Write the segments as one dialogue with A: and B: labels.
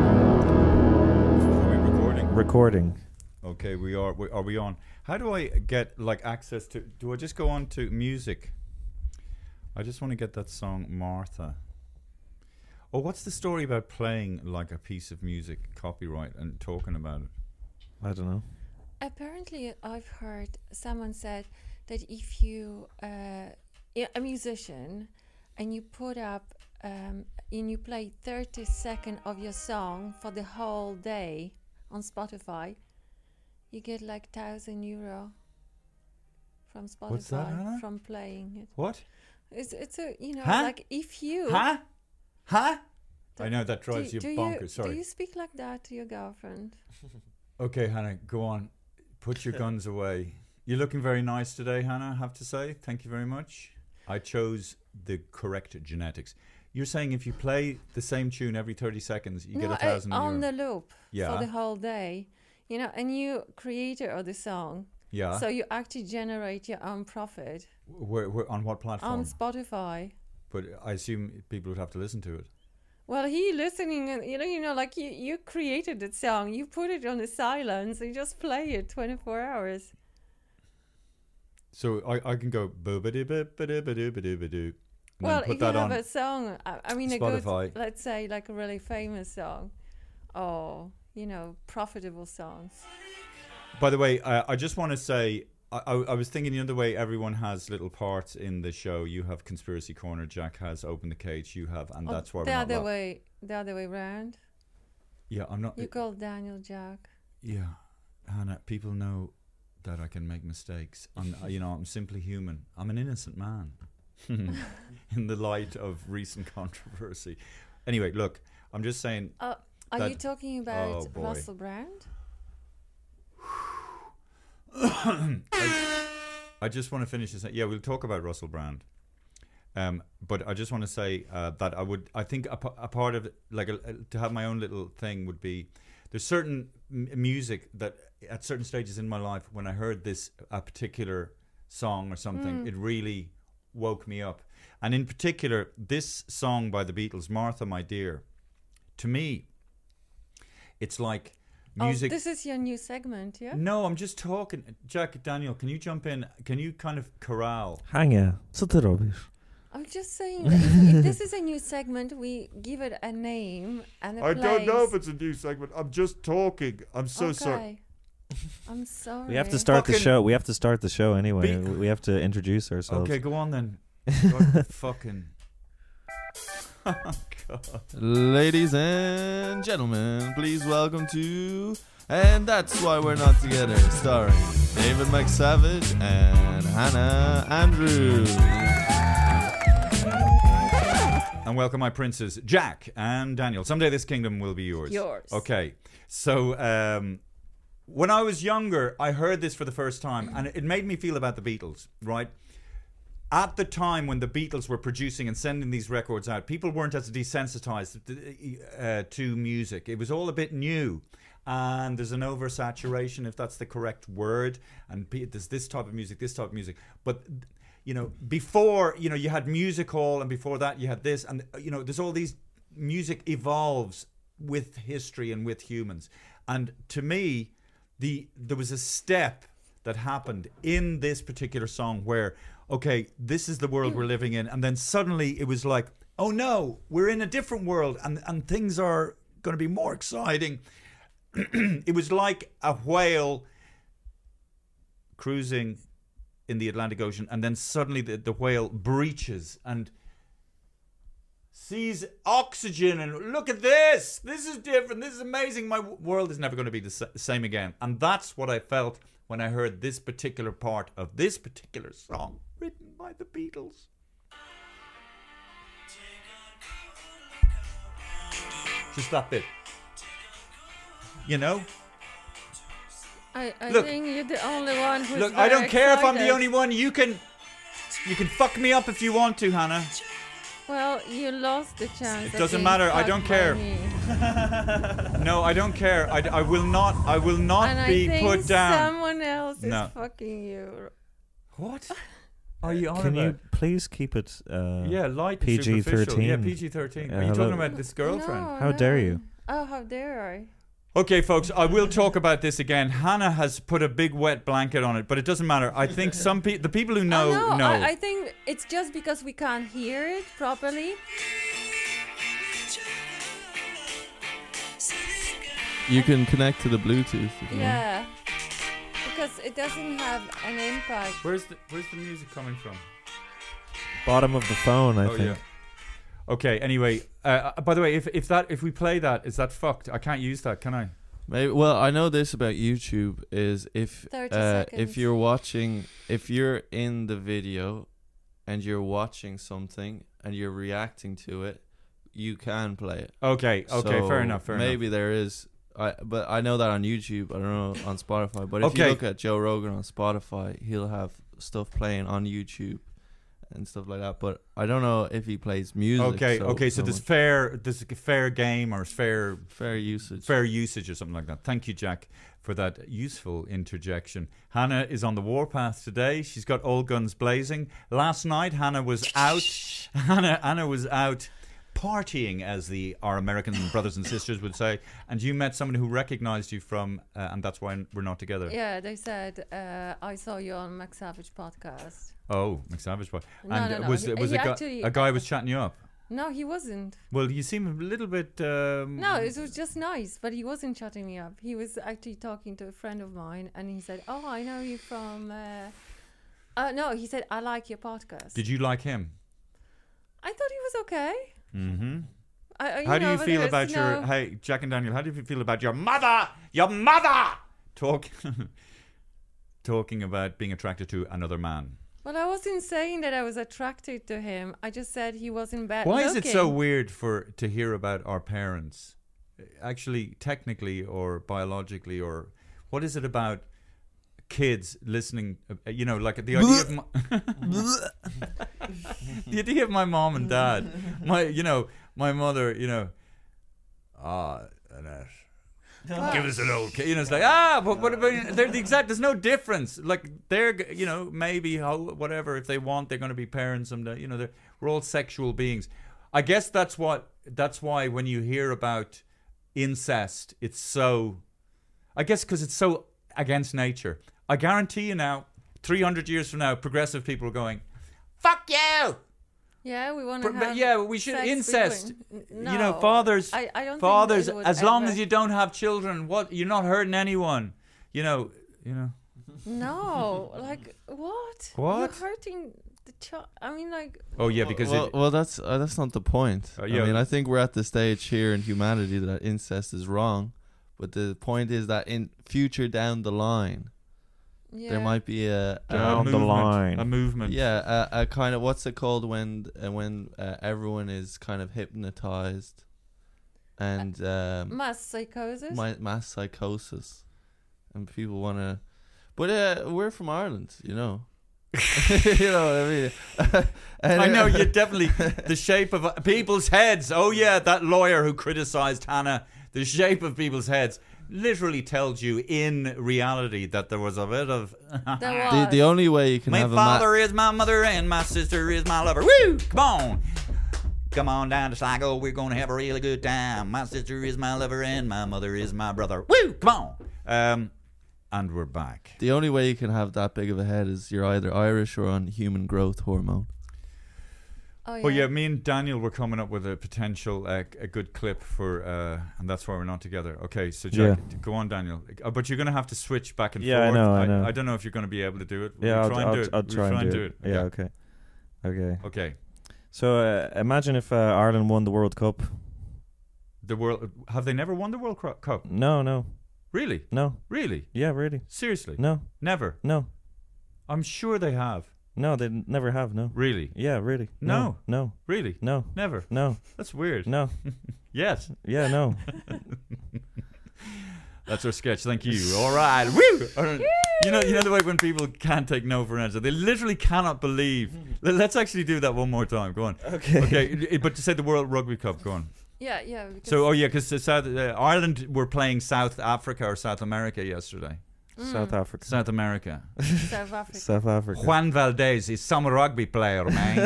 A: Are we recording?
B: recording.
A: Okay, we are. We, are we on? How do I get like access to? Do I just go on to music? I just want to get that song, Martha. Or what's the story about playing like a piece of music, copyright, and talking about it?
B: I don't know.
C: Apparently, I've heard someone said that if you uh, i- a musician and you put up um, and you play 30 seconds of your song for the whole day on Spotify, you get like thousand euro from Spotify
A: What's that, Hannah?
C: from playing it.
A: What?
C: It's, it's a you know
A: Huh?
C: like if you
A: Huh? Huh? I know that
C: do,
A: drives you
C: do
A: bonkers.
C: you do
A: Sorry.
C: you speak like that to your girlfriend?
A: Okay, Hannah, go on. Put your guns away. You're looking very nice today, Hannah, I have to say. Thank you very much. I chose the correct genetics. You're saying if you play the same tune every 30 seconds, you get
C: No,
A: a
C: uh,
A: thousand euro.
C: on the loop
A: Yeah.
C: for the whole day. You know, and you creator of the song,
A: Yeah.
C: so you actually generate your own profit
A: Where, where, on what platform?
C: on Spotify.
A: but I assume people would have to listen to it.
C: Well, he listening, and you know, you know, like you, you created the song, you put it on the silence, and you just play it twenty four hours.
A: So I, I can go boo ba doo ba ba doo ba doo ba doo ba doo. and then
C: well,
A: put
C: if
A: that
C: you
A: on.
C: have a song, I, I mean, a
A: Spotify.
C: good, let's say, like a really famous song, or you know, profitable songs.
A: By the way, uh, I just want to say I, I, I was thinking the other way. Everyone has little parts in the show. You have conspiracy corner. Jack has open the cage. You have, and
C: Or
A: that's why
C: Oh, the
A: we're not
C: other
A: laugh-
C: way, the other way round.
A: Yeah, I'm not.
C: You call Daniel Jack.
A: yeah, Hannah. People know that I can make mistakes. I'm, uh, you know, I'm simply human. I'm an innocent man. in the light of recent controversy. Anyway, look, I'm just saying.
C: Uh, are you
A: That-
C: talking
A: oh,
C: about
A: boy.
C: Russell Brand?
A: I just want to finish this. Yeah, we'll talk about Russell Brand. Um, but I just want to say uh, that I would, I think a, p- a part of like a, a- to have my own little thing would be there's certain m- music that at certain stages in my life when I heard this a particular song or
C: Mm.
A: something, it really woke me up. And in particular, this song by the Beatles, "Martha, My Dear," to me, it's like music.
C: Oh, this is your new segment, yeah?
A: No, I'm just talking. Jack, Daniel, can you jump in? Can you kind of corral?
B: Hania, co ty robisz?
C: I'm just saying, if, if this is a new segment, we give it a name and a place.
A: it's a new segment. I'm just talking. I'm
C: Okay. I'm sorry.
B: We have to start the
A: Fucking-
B: show. We have to start the show anyway.
A: Be-
B: We we have to introduce ourselves.
A: Okay, go on then. God, fucking. Oh, God.
D: Ladies and gentlemen, please welcome to And That's Why We're Not Together, starring David McSavage and Hannah Andrews.
A: And welcome, my princes, Jack and Daniel. Someday this kingdom will be yours.
C: Yours.
A: Okay. So, um, when I was younger, I heard this for the first time, and it made me feel about the Beatles, right? at the time when the Beatles were producing and sending these records out, people weren't as desensitized uh, to music. It was all a bit new. And there's an oversaturation, if that's the correct word. And pe- there's this type of music, this type of music. But, you know, before, you know, you had music hall, and before that, you had this. And, uh, you know, there's all these music evolves with history and with humans. And to me, the there was a step that happened in this particular song where okay this is the world we're living in and then suddenly it was like oh no we're in a different world and and things are going to be more exciting it was like a whale cruising in the Atlantic Ocean and then suddenly the, the whale breaches and sees oxygen and look at this. This is different. This is amazing. My w- world is never going to be the sa- same again. And that's what I felt when I heard this particular part of this particular song written by the Beatles. Just that bit. You know?
C: I, I
A: Look.
C: think you're the only one who's.
A: Look, I
C: very
A: don't care if I'm the
C: excited.
A: only one. You can you can fuck me up if you want to, Hannah.
C: Well, you lost the chance.
A: It
C: of
A: doesn't
C: being
A: matter, I
C: fucked
A: don't
C: by
A: care.
C: me.
A: No, I don't care. I, d- I will not I will not
C: And
A: be
C: I think
A: put down.
C: someone else
A: No.
C: is fucking you.
A: What? Are you on
B: Can
A: about?
B: you please keep it? Uh,
A: yeah, light and
B: PG
A: superficial.
B: thirteen.
A: Yeah, PG thirteen.
B: Yeah,
A: Are you
B: hello.
A: talking about this girlfriend?
C: No,
B: How dare
C: no.
B: you.
C: Oh, how dare I?
A: Okay, folks, I will talk about this again. Hannah has put a big wet blanket on it, but it doesn't matter. I think some people, the people who know,
C: I know.
A: know.
C: Oh, I, I think it's just because we can't hear it properly.
D: You can connect to the Bluetooth. If you
A: Mm-hmm.
D: want.
C: Yeah. Because it doesn't have an impact.
A: where's the Where's the music coming from?
B: Bottom of the phone, I
A: oh
B: think.
A: yeah. Okay. Anyway, uh, uh, by the way, if if that if we play that, is that fucked? I can't use that, can I?
D: Maybe, well, I know this about YouTube is if
C: 30
D: uh,
C: seconds.
D: if you're watching, if you're in the video, and you're watching something and you're reacting to it, you can play it.
A: Okay. Okay. fair
D: So
A: enough. Fair
D: maybe there is. I, but I know that on YouTube. I don't know on Spotify. But if
A: Okay.
D: you look at Joe Rogan on Spotify, he'll have stuff playing on YouTube and stuff like that. But I don't know if he plays music.
A: enough. Okay.
D: so
A: okay. So
D: no
A: there's
D: one-
A: fair there's a fair game or fair
D: fair usage.
A: fair usage or something like that. Thank you, Jack, for that useful interjection. Hannah is on the warpath today. She's got all guns blazing. Last night, Hannah was out. Hannah, Hannah was out partying, as the our American brothers and sisters would say. And you met someone who recognised you from, uh, and that's why we're not together.
C: Yeah, they said uh, I saw you on Max Savage podcast.
A: Oh, McSavage boy.
C: No,
A: and
C: no,
A: uh,
C: no.
A: was
C: He-
A: was
C: he
A: a, guy,
C: actually-
A: a guy was chatting you up.
C: No, he wasn't.
A: Well, you seem a little bit. Um,
C: No, it was just nice, but he wasn't shutting me up. He was actually talking to a friend of mine, and he said, "Oh, I know you from." Uh, uh, no, he said, "I like your podcast."
A: Did you like him?
C: I thought he was okay.
A: Mm-hmm.
C: I, I-
A: How do
C: know,
A: you
C: but
A: feel
C: there's
A: about your
C: no-
A: hey Jack and Daniel? How do you feel about your mother? Your mother talking talking about being attracted to another man.
C: Well, I wasn't saying that I was attracted to him. I just said he wasn't bad.
A: Why is it so
C: looking.
A: weird for to hear about our parents, actually technically or biologically or what is it about kids listening? uh, You know, like the idea of my, the idea of my mom and dad. My you know my mother. You know, ah, Annette. Give us an old, ca-" you know. It's like ah, but what about they're the exact? There's no difference. Like they're, g- you know, maybe how whatever if they want, they're going to be parents someday. You know, they're, we're all sexual beings. I guess that's what. That's why when you hear about incest, it's so. I guess because it's so against nature. I guarantee you now, 300 years from now, progressive people are going, "Fuck you."
C: Yeah, we want to
A: But,
C: have.
A: but yeah, but we should
C: sex
A: incest.
C: between-
A: You know,
C: No,
A: fathers,
C: I, I don't think
A: fathers.
C: it would
A: As long
C: ever-
A: as you don't have children, what you're not hurting anyone. You know, you know.
C: No, like what?
A: What?
C: You're hurting the child. I mean, like
A: Oh yeah, because
D: well,
A: it,
D: well, that's uh, that's not the point.
A: Uh, yeah.
D: I mean, I think we're at the stage here in humanity that incest is wrong, but the point is that in future down the line,
C: yeah.
D: there might be a, a
B: Down the
A: movement,
B: line.
A: a movement.
D: yeah, a, a kind of what's it called when uh, when uh, everyone is kind of hypnotized and um,
C: mass psychosis.
D: my, mass psychosis, and people want to. But uh, we're from Ireland, you know. you know what I mean? And-
A: I know you're definitely the shape of uh, people's heads. Oh yeah, that lawyer who criticized Hannah, the shape of people's heads literally tells you in reality that there was a bit of
C: There
D: The,
C: was.
D: the only way you can
A: my
D: have a
A: father
D: ma-
A: is my mother and my sister is my lover. Woo! Come on. Come on down to Sligo, we're gonna have a really good time. My sister is my lover and my mother is my brother. Woo! Come on. Um and we're back.
D: the only way you can have that big of a head is you're either Irish or on human growth hormone.
C: oh, yeah.
A: Well, yeah, me and Daniel were coming up with a potential uh, a good clip for, uh, and that's why we're not together. Okay, so Jack,
B: Yeah.
A: d- go on, Daniel. Uh, but you're going to have to switch back and
B: Yeah, I
A: forth.
B: know, I know.
A: don't know if you're going to be able to do it. We'll
B: yeah, I'll,
A: try and
B: I'll,
A: do it.
B: I'll
A: We'll
B: try and do it. Yeah,
A: Okay.
B: okay. Okay.
A: Okay.
B: So uh, imagine if uh, Ireland won the World Cup.
A: The world have they never won the World Cru- Cup?
B: No, no,
A: Really?
B: no.
A: Really?
B: Yeah, really.
A: Seriously?
B: No,
A: Never.
B: no,
A: I'm sure they have.
B: no. They n- never have. No.
A: Really?
B: Yeah, really. No.
A: Really?
B: No.
A: Never.
B: No.
A: That's weird.
B: No.
A: Yes.
B: Yeah, no.
A: That's our sketch. Thank you. All right. Woo! All right. You know, you know the way when people can't take no for an answer. They literally cannot believe. Let- Let's actually do that one more time. Go on.
B: Okay.
A: Okay. i- i- But to say the World Rugby Cup. Go on.
C: yeah, yeah. because-
A: So, oh yeah, because South uh, Ireland were playing South Africa or South America yesterday.
B: South Africa.
A: South America.
C: Mm. South Africa.
B: South Africa.
A: Juan Valdez is some rugby player, man.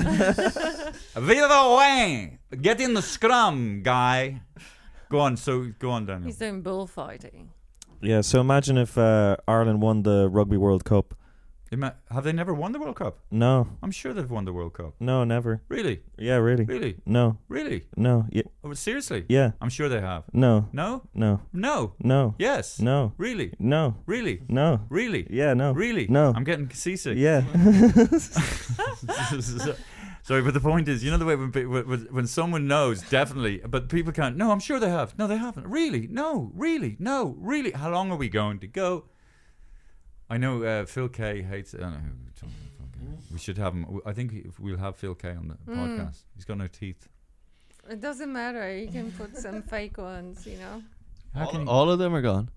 A: Viva Wayne! Get in the scrum, guy. Go on. So go on, Daniel.
C: He's doing bullfighting.
B: Yeah. So imagine if uh, Ireland won the Rugby World Cup.
A: Ima- Have they never won the World Cup?
B: No.
A: I'm sure they've won the World Cup.
B: No, never.
A: Really?
B: Yeah, really.
A: Really?
B: No.
A: Really?
B: No. Yeah.
A: Oh, seriously?
B: Yeah.
A: I'm sure they have.
B: No.
A: No?
B: No.
A: No?
B: No.
A: Yes?
B: No.
A: Really?
B: No.
A: Really?
B: No.
A: Really?
B: Yeah. No.
A: Really?
B: No.
A: I'm getting seasick.
B: Yeah.
A: Sorry, but the point is, you know the way when pe- when when- when someone knows definitely, but people can't. No, I'm sure they have. No, they haven't. Really? No. Really? No. Really? How long are we going to go? I know uh, Phil K hates. I don't know. who we're talking about.
C: Mm.
A: Okay. We should have him. I think if we'll have Phil K on the podcast. He's got no teeth.
C: It doesn't matter. You can put some fake ones, you know.
A: How can
D: All, all of them are gone.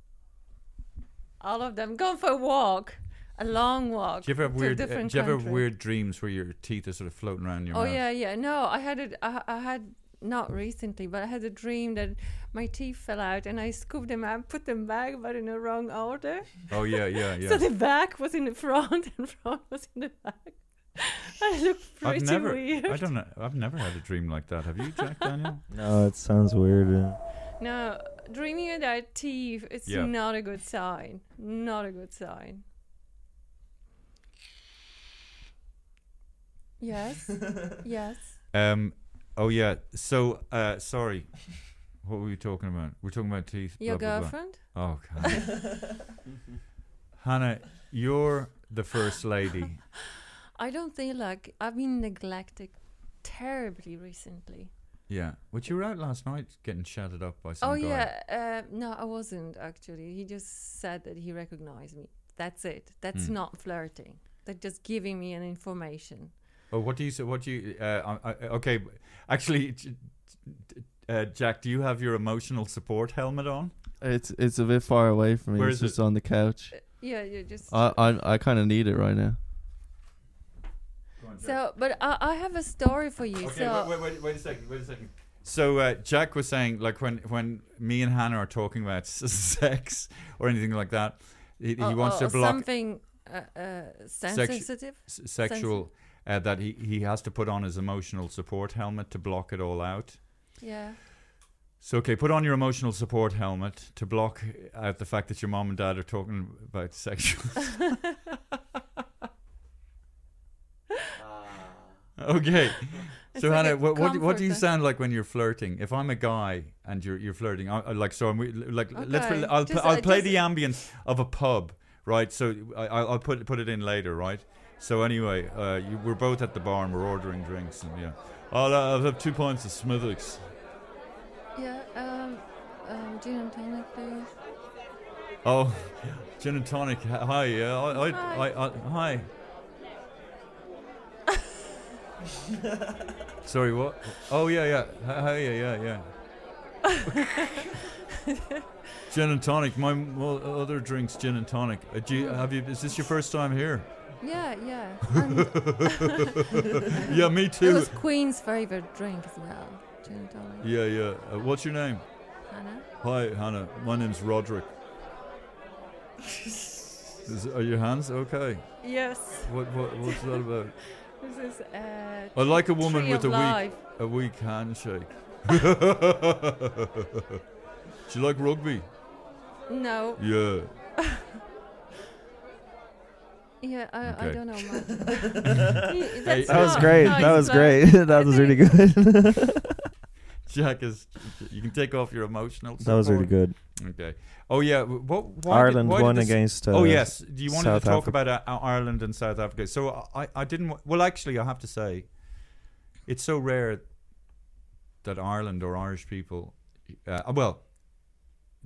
C: All of them. Go for a walk. A long walk.
A: Do you ever have
C: to a
A: weird? uh,
C: different
A: do you ever have
C: country.
A: weird dreams where your teeth are sort of floating around in your
C: Oh
A: mouth?
C: yeah, yeah. No, I had it. I I had not recently, but I had a dream that my teeth fell out, and I scooped them up, put them back, but in the wrong order.
A: Oh yeah, yeah, yeah.
C: So the back was in the front, and front was in the back. I look pretty
A: I've never.
C: weird.
A: I don't know. I've never had a dream like that. Have you, Jack Daniel?
B: no. It sounds weird. Yeah.
C: No, dreaming about teeth, it's
A: Yeah.
C: not a good sign. Not a good sign. Yes. yes.
A: Um. Oh yeah. So uh, sorry. What were we talking about? We're talking about teeth.
C: Your
A: blah, blah, blah.
C: girlfriend?
A: Oh God. Hannah, you're the first lady.
C: I don't think like I've been neglected terribly recently.
A: Yeah. But you were out last night getting shouted up by some
C: Oh
A: guy.
C: yeah, uh, no, I wasn't actually. He just said that he recognized me. That's it. That's
A: Hmm.
C: not flirting. That's just giving me an information.
A: Oh, what do you say? What do you? Uh, I, I, okay, actually, j- j- uh, Jack, do you have your emotional support helmet on?
D: It's it's a bit far away from me.
A: Where
D: it's
A: is it?
D: just on the couch.
C: Uh, Yeah, you just
D: I I, I kind of need it right now.
C: so. But I, I have a story for you.
A: Okay,
C: so
A: wait, wait, wait, wait a second, wait a second. So uh, Jack was saying, like when when me and Hannah are talking about s- sex or anything like that, he, he
C: or-
A: wants to
C: or- or
A: block
C: uh, something uh, uh, sensitive.
A: s- sexual. Uh, that he, he has to put on his emotional support helmet to block it all out.
C: yeah.
A: So, okay, put on your emotional support helmet to block out the fact that your mom and dad are talking about sexual. okay.
C: It's
A: So
C: like
A: Hannah,
C: a
A: what, what what do you
C: comforter.
A: sound like when you're flirting? If I'm a guy and you're you're flirting, I, I like so I'm like let's
C: Okay.
A: put- I'll
C: Just,
A: pl- I'll
C: uh,
A: play
C: just-
A: the ambience of a pub, right? So I I'll I'll put put it in later, right? So anyway, uh, you, we're both at the bar and we're ordering drinks and yeah. I'll, uh, I'll have two pints of Smithwick's.
C: Yeah. Um, um, gin and tonic, please.
A: Oh, gin and tonic. Hi, yeah. I, I,
C: Hi.
A: I, I, hi. Sorry, what? Oh yeah, yeah. Hi, hi, yeah, yeah, yeah. Gin and tonic. My m- other drinks gin and tonic. Uh, do
C: Mm.
A: you, have you? Is this your first time here?
C: Yeah, yeah. And
A: Yeah, me
C: it
A: too.
C: was Queen's favorite drink as well. Gin and tonic.
A: yeah, yeah. Uh, what's your name?
C: Hannah?
A: Hi, Hannah. My name's Roderick. Is, are your hands okay?
C: Yes.
A: What, what What's that about?
C: This is uh,
A: I like a woman
C: Tree
A: with
C: of
A: a weak,
C: life.
A: a weak handshake. Do you like rugby?
C: no.
A: Yeah.
C: Yeah, I, I
A: Okay.
C: don't know much. Yeah, that's
B: That was
C: not-
B: great.
C: no,
B: that
C: it's
B: was
C: not.
B: great. that was really good.
A: Jack is. You can take off your emotional.
B: that was really
A: support.
B: good.
A: Okay. Oh yeah. w- What? Why did-
B: Ireland
A: why did
B: won
A: this-
B: against. Uh,
A: oh yes. Do you wanted
B: South
A: to talk
B: Africa.
A: about uh, uh, Ireland and South Africa? So I, I didn't. wa- Well, actually, I have to say, it's so rare that Ireland or Irish people, uh, well,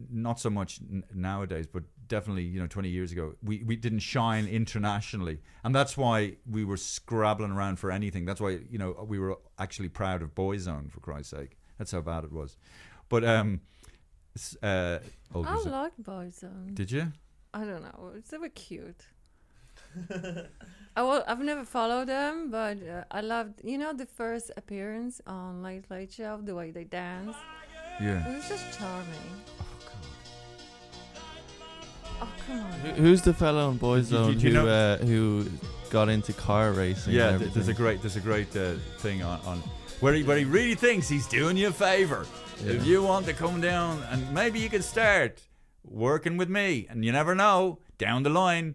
A: not so much n- nowadays, but definitely you know twenty years ago, we we didn't shine internationally, and that's why we were scrabbling around for anything. That's why you know we were actually proud of Boyzone for Christ's sake. That's how bad it was, but um. s- Uh, oh,
C: I
A: there's a-
C: like Boyzone.
A: did you?
C: I don't know. They were cute. I will, I've never followed them, but uh, I loved, you know, the first appearance on Late Late Show, the way they dance. It
A: Yeah.
C: was just charming. Oh, come on.
D: Who- Who's the fellow on Boyzone
A: Do- do you
D: who
A: know-
D: uh, who got into car racing?
A: Yeah,
D: and
A: th- there's a
D: everything?
A: great there's a great uh, thing on, on where he where he really thinks he's doing you a favor. If you want to come down and maybe you could start working with me, and you never know down the line,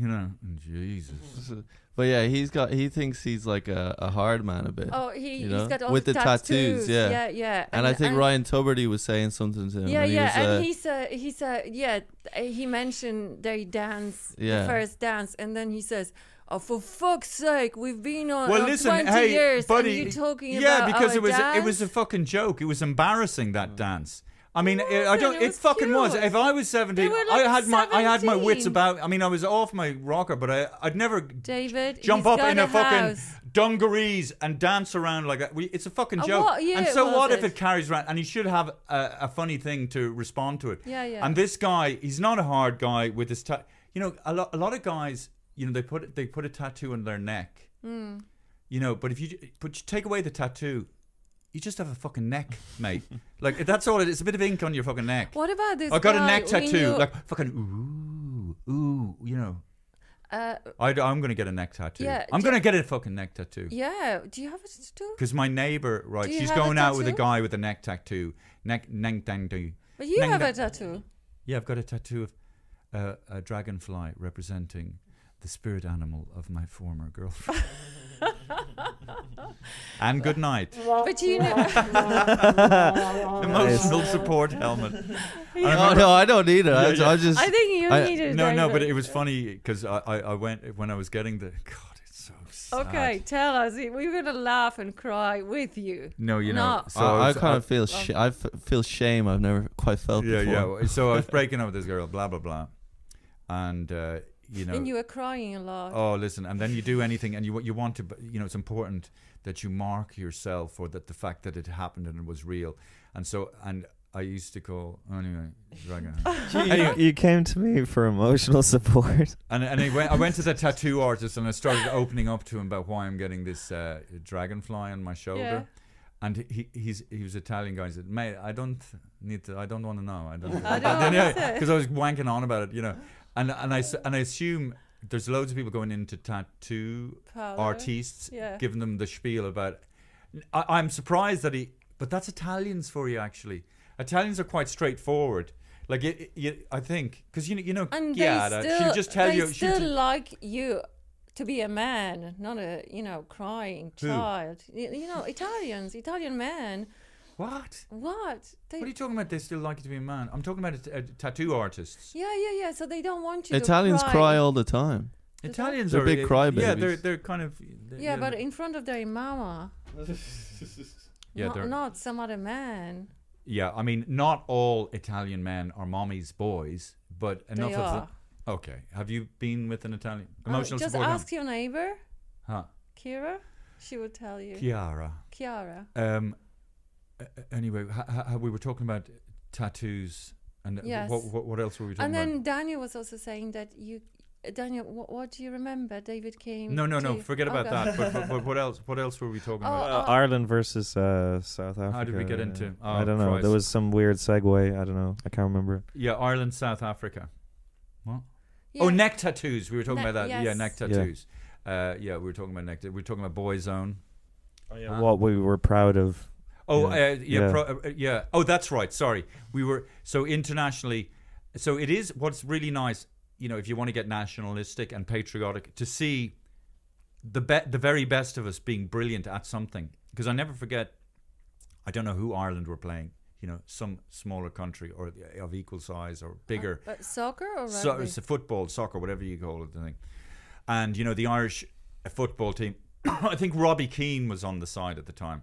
A: you know. Jesus.
D: But yeah, he's got. He thinks he's like a, a hard man a bit.
C: Oh, he,
D: you
C: he's
D: know?
C: got all
D: with the tattoos. Yeah,
C: yeah, yeah.
D: And, I think Ryan Tuberty was saying something to him.
C: Yeah,
D: and he
C: yeah,
D: was, uh,
C: and he said, he said, yeah, uh, he mentioned they dance,
D: Yeah.
C: the first dance, and then he says, "Oh, for fuck's sake, we've been on
A: Well,
C: on
A: listen,
C: 20
A: hey,
C: Oh, years,
A: buddy.
C: and you talking
A: yeah,
C: about
A: because
C: our
A: it was
C: dance?
A: it was a fucking joke. It was embarrassing that dance. I mean, it, I
C: wasn't,
A: don't.
C: it
A: It,
C: was
A: fucking was.
C: cute.
A: If I was seventeen,
C: They were
A: I
C: like
A: had my I had my wits
C: 17.
A: about. I mean, I was off my rocker, but I I'd never
C: David,
A: jump
C: he's
A: up
C: got
A: in a, fucking
C: house.
A: dungarees and dance around like that. We- It's a fucking
C: Uh,
A: joke.
C: what year
A: and so
C: was
A: what if
C: it?
A: it carries around? And he should have a, a funny thing to respond to it.
C: Yeah, yeah.
A: And this guy, he's not a hard guy with his ta- You know, a lot a lot of guys, you know, they put they put a tattoo on their neck.
C: hmm.
A: You know, but if you but you take away the tattoo, you just have a fucking neck, mate. like that's all it is. A bit of ink on your fucking neck.
C: What about this?
A: I got a
C: guy
A: neck
C: we
A: tattoo,
C: knew-
A: like fucking ooh, ooh, you know.
C: uh,
A: I, am going to get a neck tattoo.
C: Yeah,
A: I'm
C: do-
A: going to get a fucking neck tattoo.
C: yeah. Do you have a tattoo?
A: Because my neighbor, right,
C: Do you
A: she's
C: have a
A: going out with a
C: tattoo?
A: guy with a neck tattoo. Neck, neck, tattoo.
C: But you
A: Nang
C: have
A: da-
C: a tattoo.
A: Yeah, I've got a tattoo of uh, a dragonfly representing the spirit animal of my former girlfriend. and good night.
C: But you know,
A: Emotional support helmet.
D: Oh, no, I don't need it. I,
A: Yeah,
D: I
A: yeah.
D: just.
C: I think you
D: I-
C: need it.
A: No, no, but
C: David.
A: it was funny because I, I, I went when I was getting the. God, it's so sad.
C: Okay, tell us. We're gonna laugh and cry with you.
A: No, you know.
C: No.
A: so
D: I, I
A: was-
D: kind of feel. Sh- I f- feel shame. I've never quite felt
A: yeah,
D: before.
A: yeah. well, So I was breaking up with this girl, blah blah blah, and uh, you know,
C: And you were crying a lot.
A: oh, listen, and then you do anything, and you you want to, but, you know, it's important that you mark yourself or that the fact that it happened and it was real, and so and I used to call anyway, dragon.
B: you, you came to me for emotional support.
A: And, and I, went, I went to the tattoo artist and I started opening up to him about why I'm getting this uh, dragonfly on my shoulder. And he, he's he was Italian guy. He said, "Mate, I don't need to. I don't want to know. I don't.
C: I don't wanna say.
A: Because I was wanking on about it, you know. And and I s- and I assume there's loads of people going into tattoo
C: Parlour.
A: artists,
C: Yeah.
A: giving them the spiel about. I, I'm surprised that he, but that's Italians for you actually. Italians are quite straightforward. Like it, it- you- I think because you know- you know
C: and
A: Chiara,
C: they still,
A: she'll just tell
C: they
A: you she'll
C: still
A: ju-
C: like you to be a man, not a you know crying
A: Who?
C: child. You, you know Italians, Italian men.
A: What?
C: What? They,
A: What are you talking about? They still like you to be a man. I'm talking about a, a tattoo artists.
C: yeah, yeah, yeah. So they don't want you.
D: Italians
C: to
D: cry.
C: cry.
D: all the time.
A: Italians
D: They're
A: are uh,
D: big
A: Yeah,
D: crybabies.
A: they're they're kind of. they're-
C: Yeah,
A: you
C: but
A: know.
C: in front of their mama.
A: Yeah,
C: not,
A: they're-
C: not some other man.
A: yeah, I mean, not all Italian men are mommy's boys, but enough
C: they
A: of
C: are.
A: them. Okay, have you been with an Italian
C: Oh,
A: emotional
C: just
A: support?
C: ask your neighbor,
A: huh?
C: Kira. She would tell you.
A: Chiara.
C: Chiara.
A: Um. a- a- Anyway, ha- ha- ha- we were talking about tattoos and
C: Yes.
A: what, Uh, what what else were we talking
C: and then
A: about?
C: Daniel was also saying that you, uh, Daniel, what, what do you remember? David came.
A: No, no,
C: to
A: no.
C: you-
A: Forget about
C: Okay.
A: that. But, but, but what else? What else were we talking
C: Oh,
A: about?
B: Uh, Ireland versus uh, South Africa.
A: How did we get into-
B: yeah.
A: oh,
B: I don't know.
A: Christ.
B: There was some weird segue. I don't know. I can't remember.
A: Yeah, Ireland, South Africa. What?
C: Yeah.
A: Oh, neck tattoos. We were talking
C: Ne-
A: about that. Yeah,
C: yes.
A: neck
B: Yeah.
A: tattoos. Uh, yeah, we were talking about neck. We were talking about boy zone. Huh?
B: Oh, What we were proud of.
A: Oh,
B: Yeah.
A: yeah. Uh, yeah,
B: Yeah.
A: Pro, uh, uh, yeah. Oh, that's right. Sorry, we were so internationally. So it is what's really nice, you know, if you want to get nationalistic and patriotic, to see the be- the very best of us being brilliant at something. Because I never forget, I don't know who Ireland were playing. You know, some smaller country or of equal size or bigger.
C: But soccer or rugby?
A: So, it's football, soccer, whatever you call it, I think. And you know the Irish football team. I think Robbie Keane was on the side at the time,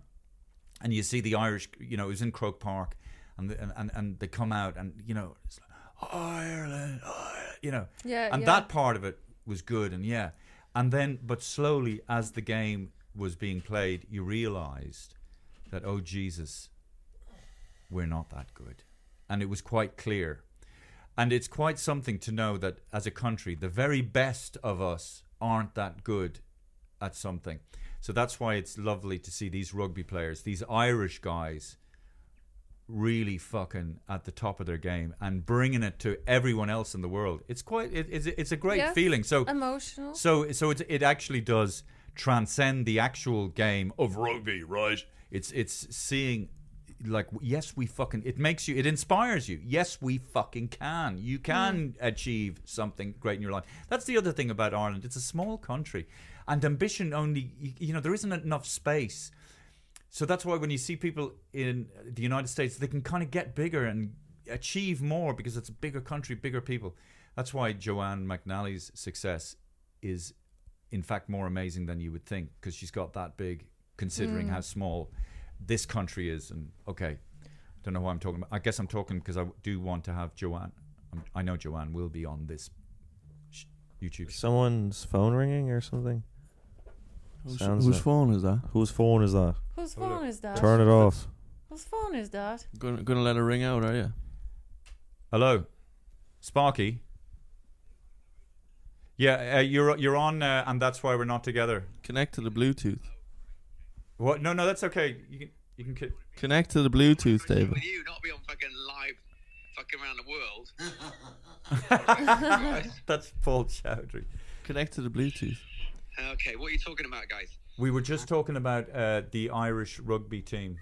A: and you see the Irish. You know, it was in Croke Park, and the, and, and and they come out, and you know, it's like, Ireland, Ireland, you know,
C: Yeah,
A: and
C: yeah.
A: that part of it was good, and yeah, and then but slowly as the game was being played, you realised that oh Jesus, we're not that good, and it was quite clear and it's quite something to know that as a country, the very best of us aren't that good at something. So that's why it's lovely to see these rugby players, these Irish guys, really fucking at the top of their game and bringing it to everyone else in the world. It's quite, it, it's, it's a great
C: Yes,
A: feeling. So
C: emotional.
A: so so it, it actually does transcend the actual game of rugby, right? It's it's seeing like yes we fucking it makes you it inspires you yes we fucking can you can achieve something great in your life that's the other thing about ireland it's a small country and ambition only you- you know there isn't enough space so that's why when you see people in the United States, they can kind of get bigger and achieve more because it's a bigger country, bigger people. That's why Joanne McNally's success is, in fact, more amazing than you would think because she's got that big, considering how small this country is. And okay, don't know why I'm talking about. I guess I'm talking because I do want to have Joanne. I'm, I know Joanne will be on this sh- YouTube.
B: Someone's phone ringing or something.
D: Whose,
B: Sounds
D: whose
B: like-
D: phone is that?
B: Whose phone is that?
C: Whose phone is that?
B: Turn it off.
C: Whose phone is that?
D: Gonna, gonna let it ring out, are you?
A: Hello, Sparky. Yeah, uh, you're you're on, uh, and that's why we're not together.
D: Connect to the Bluetooth.
A: What? No, no, that's okay. You can you can. ki-
D: Connect to the Bluetooth, David.
E: With you not be on fucking live, fucking around the world.
A: That's Paul Chowdhury.
D: Connect to the Bluetooth.
E: Okay, what are you talking about, guys?
A: We were just talking about uh, the Irish rugby team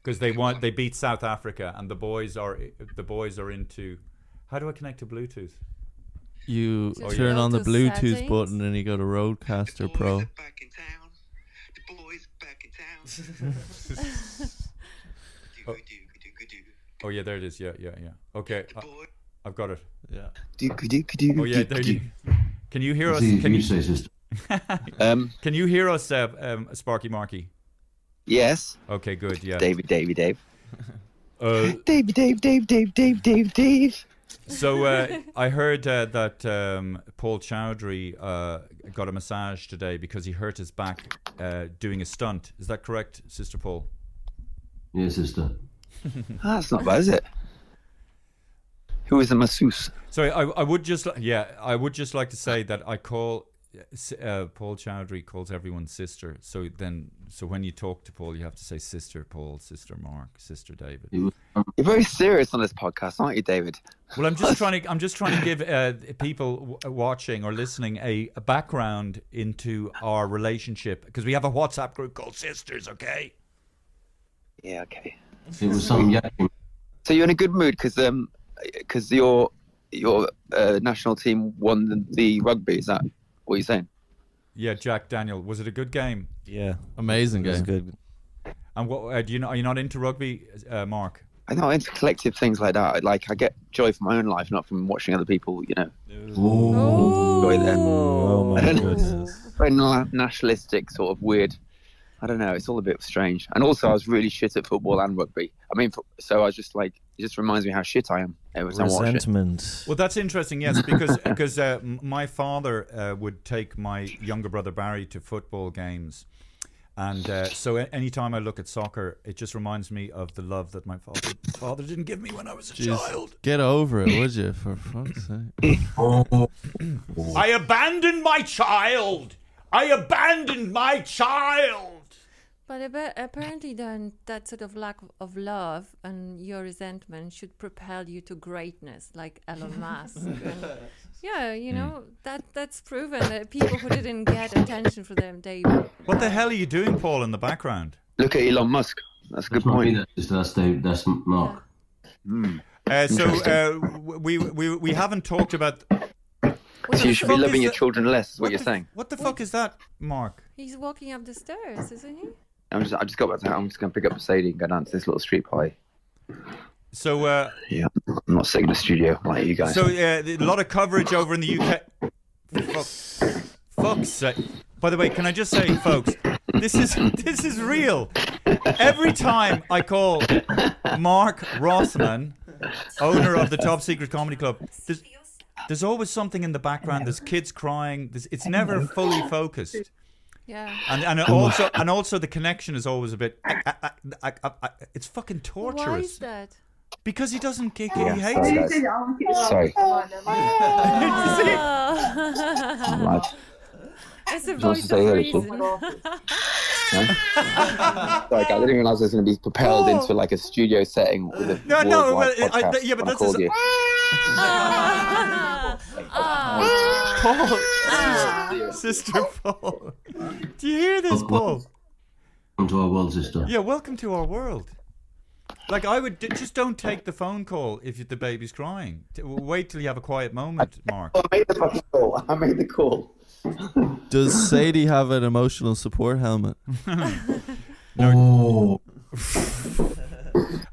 A: because they won. They beat South Africa, and the boys are the boys are into. How do I connect to Bluetooth?
D: You
C: Just
D: turn
C: go
D: on the
C: to
D: Bluetooth
C: settings.
D: button and you go to Roadcaster
E: boys
D: Pro.
E: are back in town. The boys are back in town. do, do, do, do, do.
A: Oh yeah, there it is. Yeah, yeah, yeah. Okay,
E: The
A: I,
E: boy.
A: I've got it.
D: Yeah.
A: Oh yeah, there you. Can you hear us? Can you,
F: Um,
A: can you hear us, uh, um, Sparky Marky?
F: yes.
A: Okay, good. Yeah.
F: David, David, Dave.
A: Uh,
F: Dave, Dave, Dave, Dave, Dave, Dave, Dave.
A: So uh, I heard uh, that um, Paul Chowdhury uh, got a massage today because he hurt his back uh, doing a stunt. Is that correct, Sister Paul?
F: Ah, that's not bad, is it? Who is the masseuse?
A: So I, I would just li- yeah I would just like to say that I call uh, Paul Chowdhury calls everyone sister. So then so when you talk to Paul, you have to say Sister Paul, Sister Mark, Sister David.
F: You're very serious on this podcast, aren't you, David?
A: Well, I'm just trying to I'm just trying to give uh, people w- watching or listening a, a background into our relationship because we have a WhatsApp group called Sisters. Okay.
F: Yeah, okay.
G: It was some yeah.
F: So you're in a good mood because um, 'cause your your uh, national team won the, the rugby. Is that what you're saying?
A: Yeah, Jack Daniel. Was it a good game?
B: Yeah.
D: Amazing
B: That's
D: game.
B: good.
A: And what uh, do you know? Are you not into rugby, uh, Mark?
F: I know into collective things like that. Like I get joy from my own life, not from watching other people. You know, enjoy them.
B: Oh my
F: I don't know.
B: goodness.
F: Very na- nationalistic, sort of weird. I don't know. It's all a bit strange. And also, I was really shit at football and rugby. I mean, fo- so I was just like, it just reminds me how shit I am every time I watch it.
B: Resentment.
A: Well, that's interesting. Yes, because because uh, m- my father uh, would take my younger brother Barry to football games, And uh, so, a- anytime I look at soccer, it just reminds me of the love that my father father didn't give me when I was a
D: Jeez.
A: child.
D: Get over it, would you? For fuck's sake.
A: I abandoned my child. I abandoned my child.
C: But ab- apparently, then that sort of lack of love and your resentment should propel you to greatness, like Elon Musk. and yeah,
F: Hmm.
C: you know that that's proven that people who didn't get attention for them, they
A: What the hell are you doing, Paul, in the background?
F: Look at Elon Musk. That's a good point.
G: That's, that's, Dave, that's Mark.
A: Uh, so uh, w- we, we we haven't talked about
F: So you should be
A: fuck is
F: loving your
A: that-
F: children less, is what,
A: what
F: you're
A: the-
F: saying.
A: What the fuck is that, Mark?
C: he's walking up the stairs, isn't he?
F: I'm just, I just got back to I'm just going to pick up Sadie and go down to this little street party.
A: So uh,
F: Yeah, I'm not sitting in the studio like you guys.
A: so uh, a lot of coverage over in the UK. Fuck, fuck's sake. By the way, can I just say, folks, this is this is real. Every time I call Mark Rossman, owner of the Top Secret Comedy Club, there's, there's always something in the background. There's kids crying. There's, it's never fully focused.
C: Yeah.
A: and and also and also the connection is always a bit. I, I, I, I, I, it's fucking
C: Why is
A: torturous
C: that?
A: because he doesn't kick it.
F: Yeah,
A: He hates
F: sorry,
A: it.
F: guys. Sorry,
C: Oh.
F: I'm loud.
C: It's a
F: Just
C: voice
F: say
C: of
F: that it's-
C: reason.
F: Sorry, guys. I didn't realize I was going to be propelled into like a studio setting with a
A: Oh. No, no,
F: worldwide
A: but I- I-
F: podcast
A: yeah, but
F: when I
A: this
F: called
A: is-
F: you.
C: Ah. Ah.
A: Paul, sister Paul, do you hear this, Paul?
G: Welcome to our world, sister.
A: Yeah, welcome to our world. Like I would just don't take the phone call if the baby's crying. T- Wait till you have a quiet moment, Mark.
F: I made the fucking call. I made the call.
D: Does Sadie have an emotional support helmet?
G: Oh,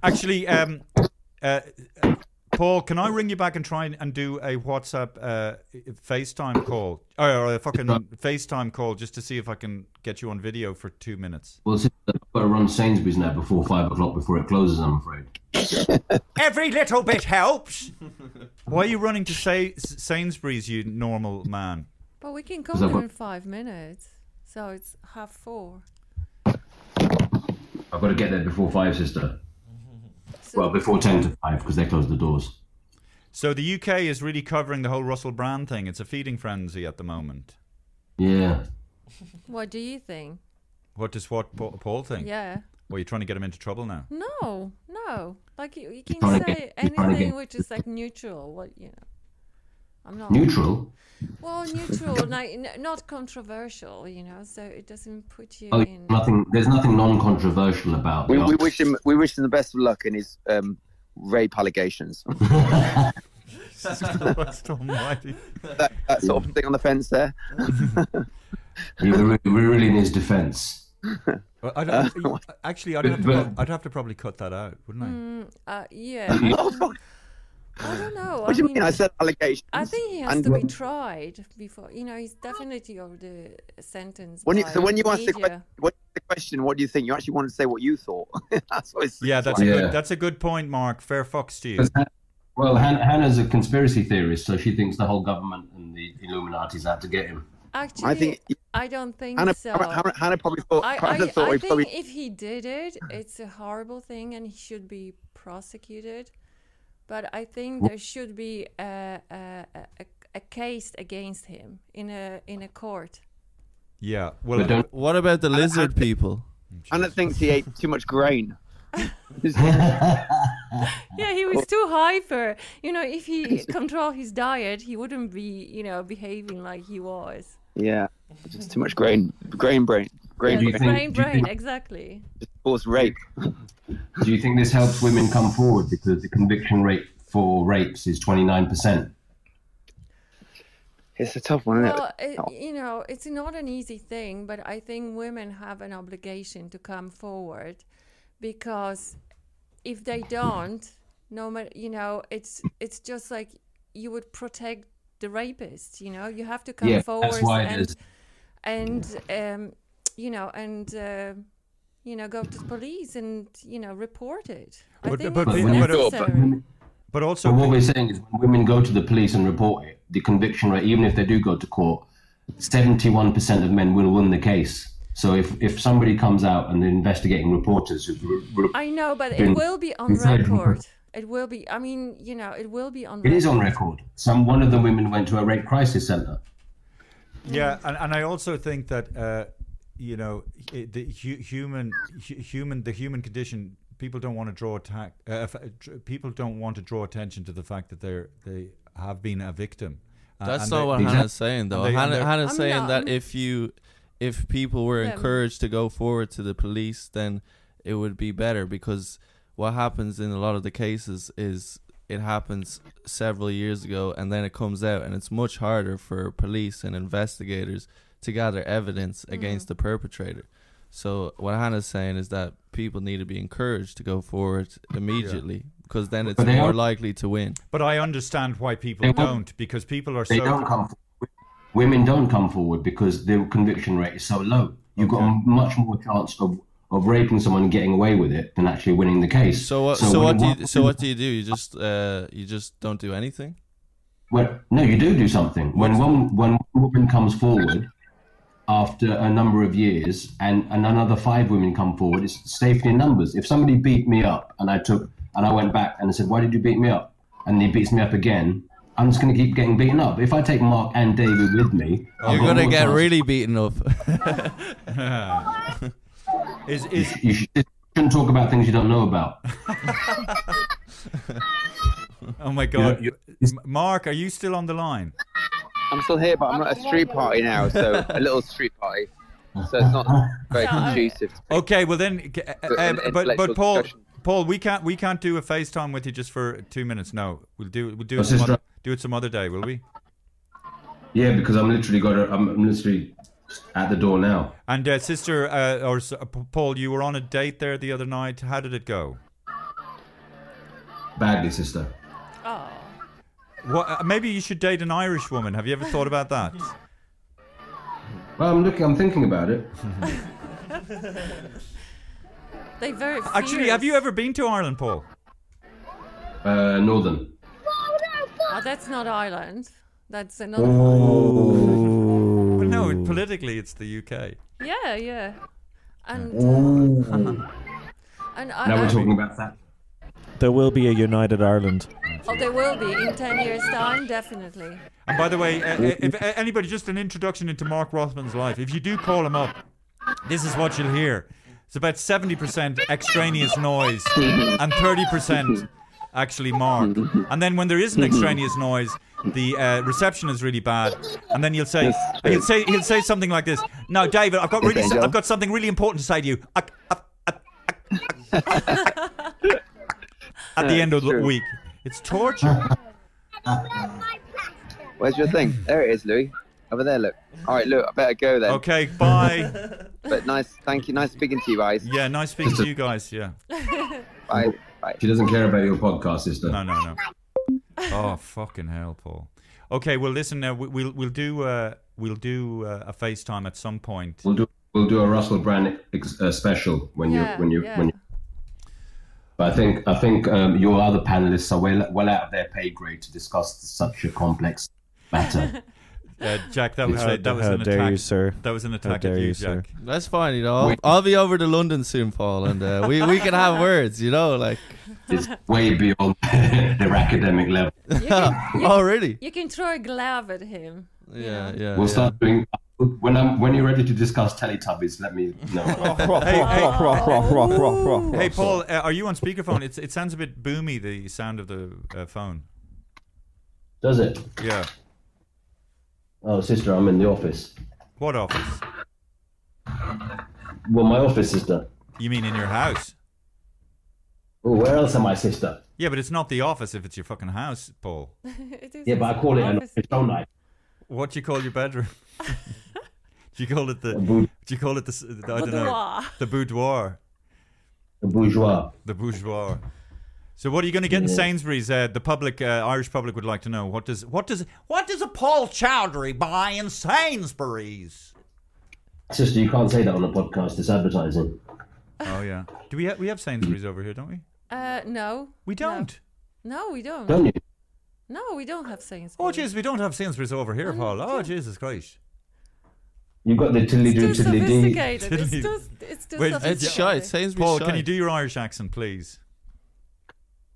A: Actually, um, uh, uh, Paul, can I ring you back and try and, and do a WhatsApp uh, FaceTime call or a fucking FaceTime call just to see if I can get you on video for two minutes?
G: well, sister, I've got to run Sainsbury's now before five o'clock before it closes. I'm afraid.
A: Every little bit helps. Why are you running to say Sainsbury's, you normal man?
C: But we can go
G: that
C: there
G: what-
C: in five minutes. So it's half four.
G: I've got to get there before five, sister.
C: So
G: Well, before ten to five because they close the doors.
A: So the UK is really covering the whole Russell Brand thing. It's a feeding frenzy at the moment.
G: Yeah.
C: what do you think?
A: What does what Pa- Paul think?
C: Yeah.
A: Well, you're trying to get him into trouble now.
C: No, no. Like you, you can
G: Trying to
C: say
G: get- trying to
C: anything
G: get-
C: which is like neutral. What you know. I'm not
G: Neutral.
C: well neutral, like, n- not controversial. You know, so it doesn't put you
G: Oh,
C: in.
G: nothing. There's nothing non-controversial about.
F: We,
G: the
F: we
G: arts.
F: wish him we wish him the best of luck in his um, rape allegations.
A: Christ almighty.
F: that, that sort of thing on the fence there.
G: Yeah, we're, really- we're really in his defence.
A: Well, I'd, I'd- actually, I'd have, to,
G: but-
A: prob- I'd have to probably cut that out, wouldn't I?
C: Uh, yeah. I don't know.
F: What
C: Oh, I
F: do you mean? I said allegations.
C: I think he has
F: And
C: to be tried before. You know, he's definitely already sentenced.
F: When you,
C: by
F: so when you asked the, que-
C: media.
F: what, the question, what do you think? You actually wanted to say what you thought. that's what it's
A: Yeah, that's
F: like.
A: a
G: Yeah.
A: good. That's a good point, Mark. Fair fucks to you.
G: Well, Han- Hannah's a conspiracy theorist, so she thinks the whole government and the Illuminati's out to get him.
C: Actually,
F: I
C: I,
F: think-
C: don't think
F: Hannah,
C: so.
F: Hannah, Hannah, Hannah probably thought.
C: I, I,
F: Hannah thought
C: I
F: we
C: think
F: probably,
C: if he did it, it's a horrible thing and he should be prosecuted. But I think there should be a, a, a, a case against him in a in a court.
A: Yeah.
G: But
A: Well,
G: don't.
D: What about the lizard people?
F: Hannah thinks he ate too much grain.
C: Yeah, he was too hyper. You know, if he controlled his diet, he wouldn't be you know behaving like he was.
F: yeah, just too much grain. Grain brain. Grain
G: you
F: brain.
G: think-
C: brain,
G: do you
C: brain,
G: think-
C: exactly.
F: Forced rape.
G: Do you think this helps women come forward because the conviction rate for rapes is twenty nine percent?
F: It's a tough one, isn't
C: Well,
F: it?
C: it, you know, it's not an easy thing, but I think women have an obligation to come forward because if they don't, no matter, you know, it's it's just like you would protect the rapist. You know, you have to come
G: Yeah, that's
C: forward
G: why it
C: and
G: is.
C: and um, you know and. Uh, you know, go to the police and you know report it. I
A: But-
C: think
A: but-
C: it's
A: but- but-
C: necessary.
A: but
G: So what
A: also,
G: we're saying is, when women go to the police and report it, the conviction rate, even if they do go to court, seventy one percent of men will win the case. So if, if somebody comes out and the investigating reporters who've re- re-
C: I know, but it
G: been
C: will be on
G: inside-
C: record. It will be. I mean, you know, it will be on.
G: It is on record. Some one of the women went to a rape crisis center.
A: Yeah, and, and I also think that uh, you know i- the hu- human hu- human the human condition. People don't want to draw attack. Uh, f- uh, dr- people don't want to draw attention to the fact that they're they have been a victim. Uh,
D: That's
A: and
D: not
A: they-
D: what
A: and
D: Hannah's saying, though.
A: they- and
D: Hannah,
A: they're-
D: Hannah's
C: I'm
D: saying
C: not-
D: that
C: I'm-
D: if you, if people were
C: Them.
D: encouraged to go forward to the police, then it would be better because what happens in a lot of the cases is it happens several years ago and then it comes out, and it's much harder for police and investigators to gather evidence
C: Mm-hmm.
D: against the perpetrator. So what Hannah's saying is that people need to be encouraged to go forward immediately because then it's
G: But they
D: more
G: are-
D: likely to win.
A: But I understand why people
G: They won't-
A: don't because people are
G: They
A: so
G: don't come. Forward. Women don't come forward because the conviction rate is so low. You've got a much more chance of, of raping someone and getting away with it than actually winning the case.
D: So what? So, what
G: when-
D: do you? So what do you do? You just uh, you just don't do anything.
G: Well, no, you do do something. When one when one woman comes forward after a number of years, and, and another five women come forward, it's safety in numbers. If somebody beat me up and I took and I went back and I said, "Why did you beat me up?" and he beats me up again, I'm just going to keep getting beaten up. If I take Mark and David with me, I've
D: You're
G: got
D: gonna
G: more
D: get
G: chance.
D: really beaten up.
A: is
G: You,
A: is
G: sh- you sh- shouldn't talk about things you don't know about.
A: oh my god, M- Mark, are you still on the line?
F: I'm still here, but I'm at a street party now, so a little street party. So it's not very conducive.
A: Okay, well then, c- uh, uh,
F: an
A: but but
F: intellectual
A: Paul,
F: discussion.
A: Paul, we can't we can't do a FaceTime with you just for two minutes. No, we'll do we'll do it
G: Let's
A: some
G: just
A: other, do it some other day, will we?
G: Yeah, because I'm literally got. A, I'm, I'm literally at the door now.
A: And uh, sister uh, or s- uh, P- Paul, you were on a date there the other night. How did it go?
G: Badly, sister.
C: Oh,
A: What, uh, maybe you should date an Irish woman. Have you ever thought about that?
G: Well, I'm looking. I'm thinking about it.
C: they very. Fierce.
A: Actually, have you ever been to Ireland, Paul?
G: Uh, Northern.
C: Oh, that's not Ireland. That's another.
G: Oh.
A: Well, no, it- politically it's the UK.
C: Yeah, yeah. And uh, and I,
G: Now
C: I-
G: we're talking about Oh. that.
B: There will be a united Ireland.
C: Oh, there will be in ten years' time, definitely.
A: And by the way, uh, uh, if uh, anybody, just an introduction into Mark Rothman's life. If you do call him up, this is what you'll hear. It's about 70% extraneous noise and 30% actually Mark. And then when there is an extraneous noise, the uh, reception is really bad. And then he'll say,
F: Yes.
A: he'll say, he'll say something like this. No, David, I've got really,
F: Angel?
A: I've got something really important to say to you. I, I, I, I- at the end of the
F: Sure.
A: week, it's torture.
F: Where's your thing? There it is, Louis. Over there, look. All right, look, I better go then.
A: Okay, bye.
F: But nice, thank you. Nice speaking to you guys.
A: Yeah, nice speaking to you guys. Yeah.
F: Bye. Bye.
G: She doesn't care about your podcast, sister.
A: No, no, no. Oh, fucking hell, Paul. Okay, well, listen. Uh, we, we'll we'll do uh, we'll do uh, a FaceTime at some point.
G: We'll do we'll do a Russell Brand ex- uh, special when
C: Yeah,
G: you when you
C: yeah.
G: when. You, but I think I think um, your other panelists are well well out of their pay grade to discuss such a complex matter.
A: Uh, Jack, that was
B: How-
A: a, that was
B: how
A: an
B: dare
A: attack.
B: you, sir.
A: That was an
B: How
A: attack
B: dare
A: at you,
B: you, sir.
A: Jack.
D: That's fine, you know. I'll, I'll be over to London soon, Paul, and uh, we we can have words, you know, like.
G: it's way beyond their academic level.
C: You can,
D: oh, really?
C: you can throw a glove at him.
D: Yeah, yeah.
G: We'll
D: yeah.
G: start doing when I'm when you're ready to discuss Teletubbies. Let me know.
C: Oh.
A: Hey, Paul, uh, are you on speakerphone? It's it sounds a bit boomy. The sound of the uh, phone.
G: Does it?
A: Yeah.
G: Oh, sister, I'm in the office.
A: What office?
G: Well, my office, sister.
A: You mean in your house?
G: Oh, where else am I, sister?
A: Yeah, but it's not the office if it's your fucking house, Paul.
C: It is
G: Yeah, but I call it an
C: obvious.
G: office, don't I?
A: What do you call your bedroom? do you call it the?
G: bou-
A: Do you call it the? s- the I don't know.
C: Boudoir.
A: The boudoir.
G: The bourgeois.
A: The bourgeois. So what are you going to get in Sainsbury's? Uh, the public, uh, Irish public, would like to know what does what does what does a Paul Chowdhury buy in Sainsbury's?
G: Sister, you can't say that on a podcast. It's advertising.
A: Oh yeah, do we ha- we have Sainsbury's over here? Don't we?
C: Uh, no.
A: We don't.
C: No, we don't.
G: Don't you?
C: No, we don't have Sainsbury's.
A: Oh jeez, we don't have Sainsbury's over here, Paul. Oh Jesus Christ.
G: You've got the tiddly do
C: It's too
G: tiddly dee.
C: sophisticated. It's too, it's too
A: Wait,
C: sophisticated.
D: Sainsbury's
A: Paul,
D: shy.
A: can you do your Irish accent, please?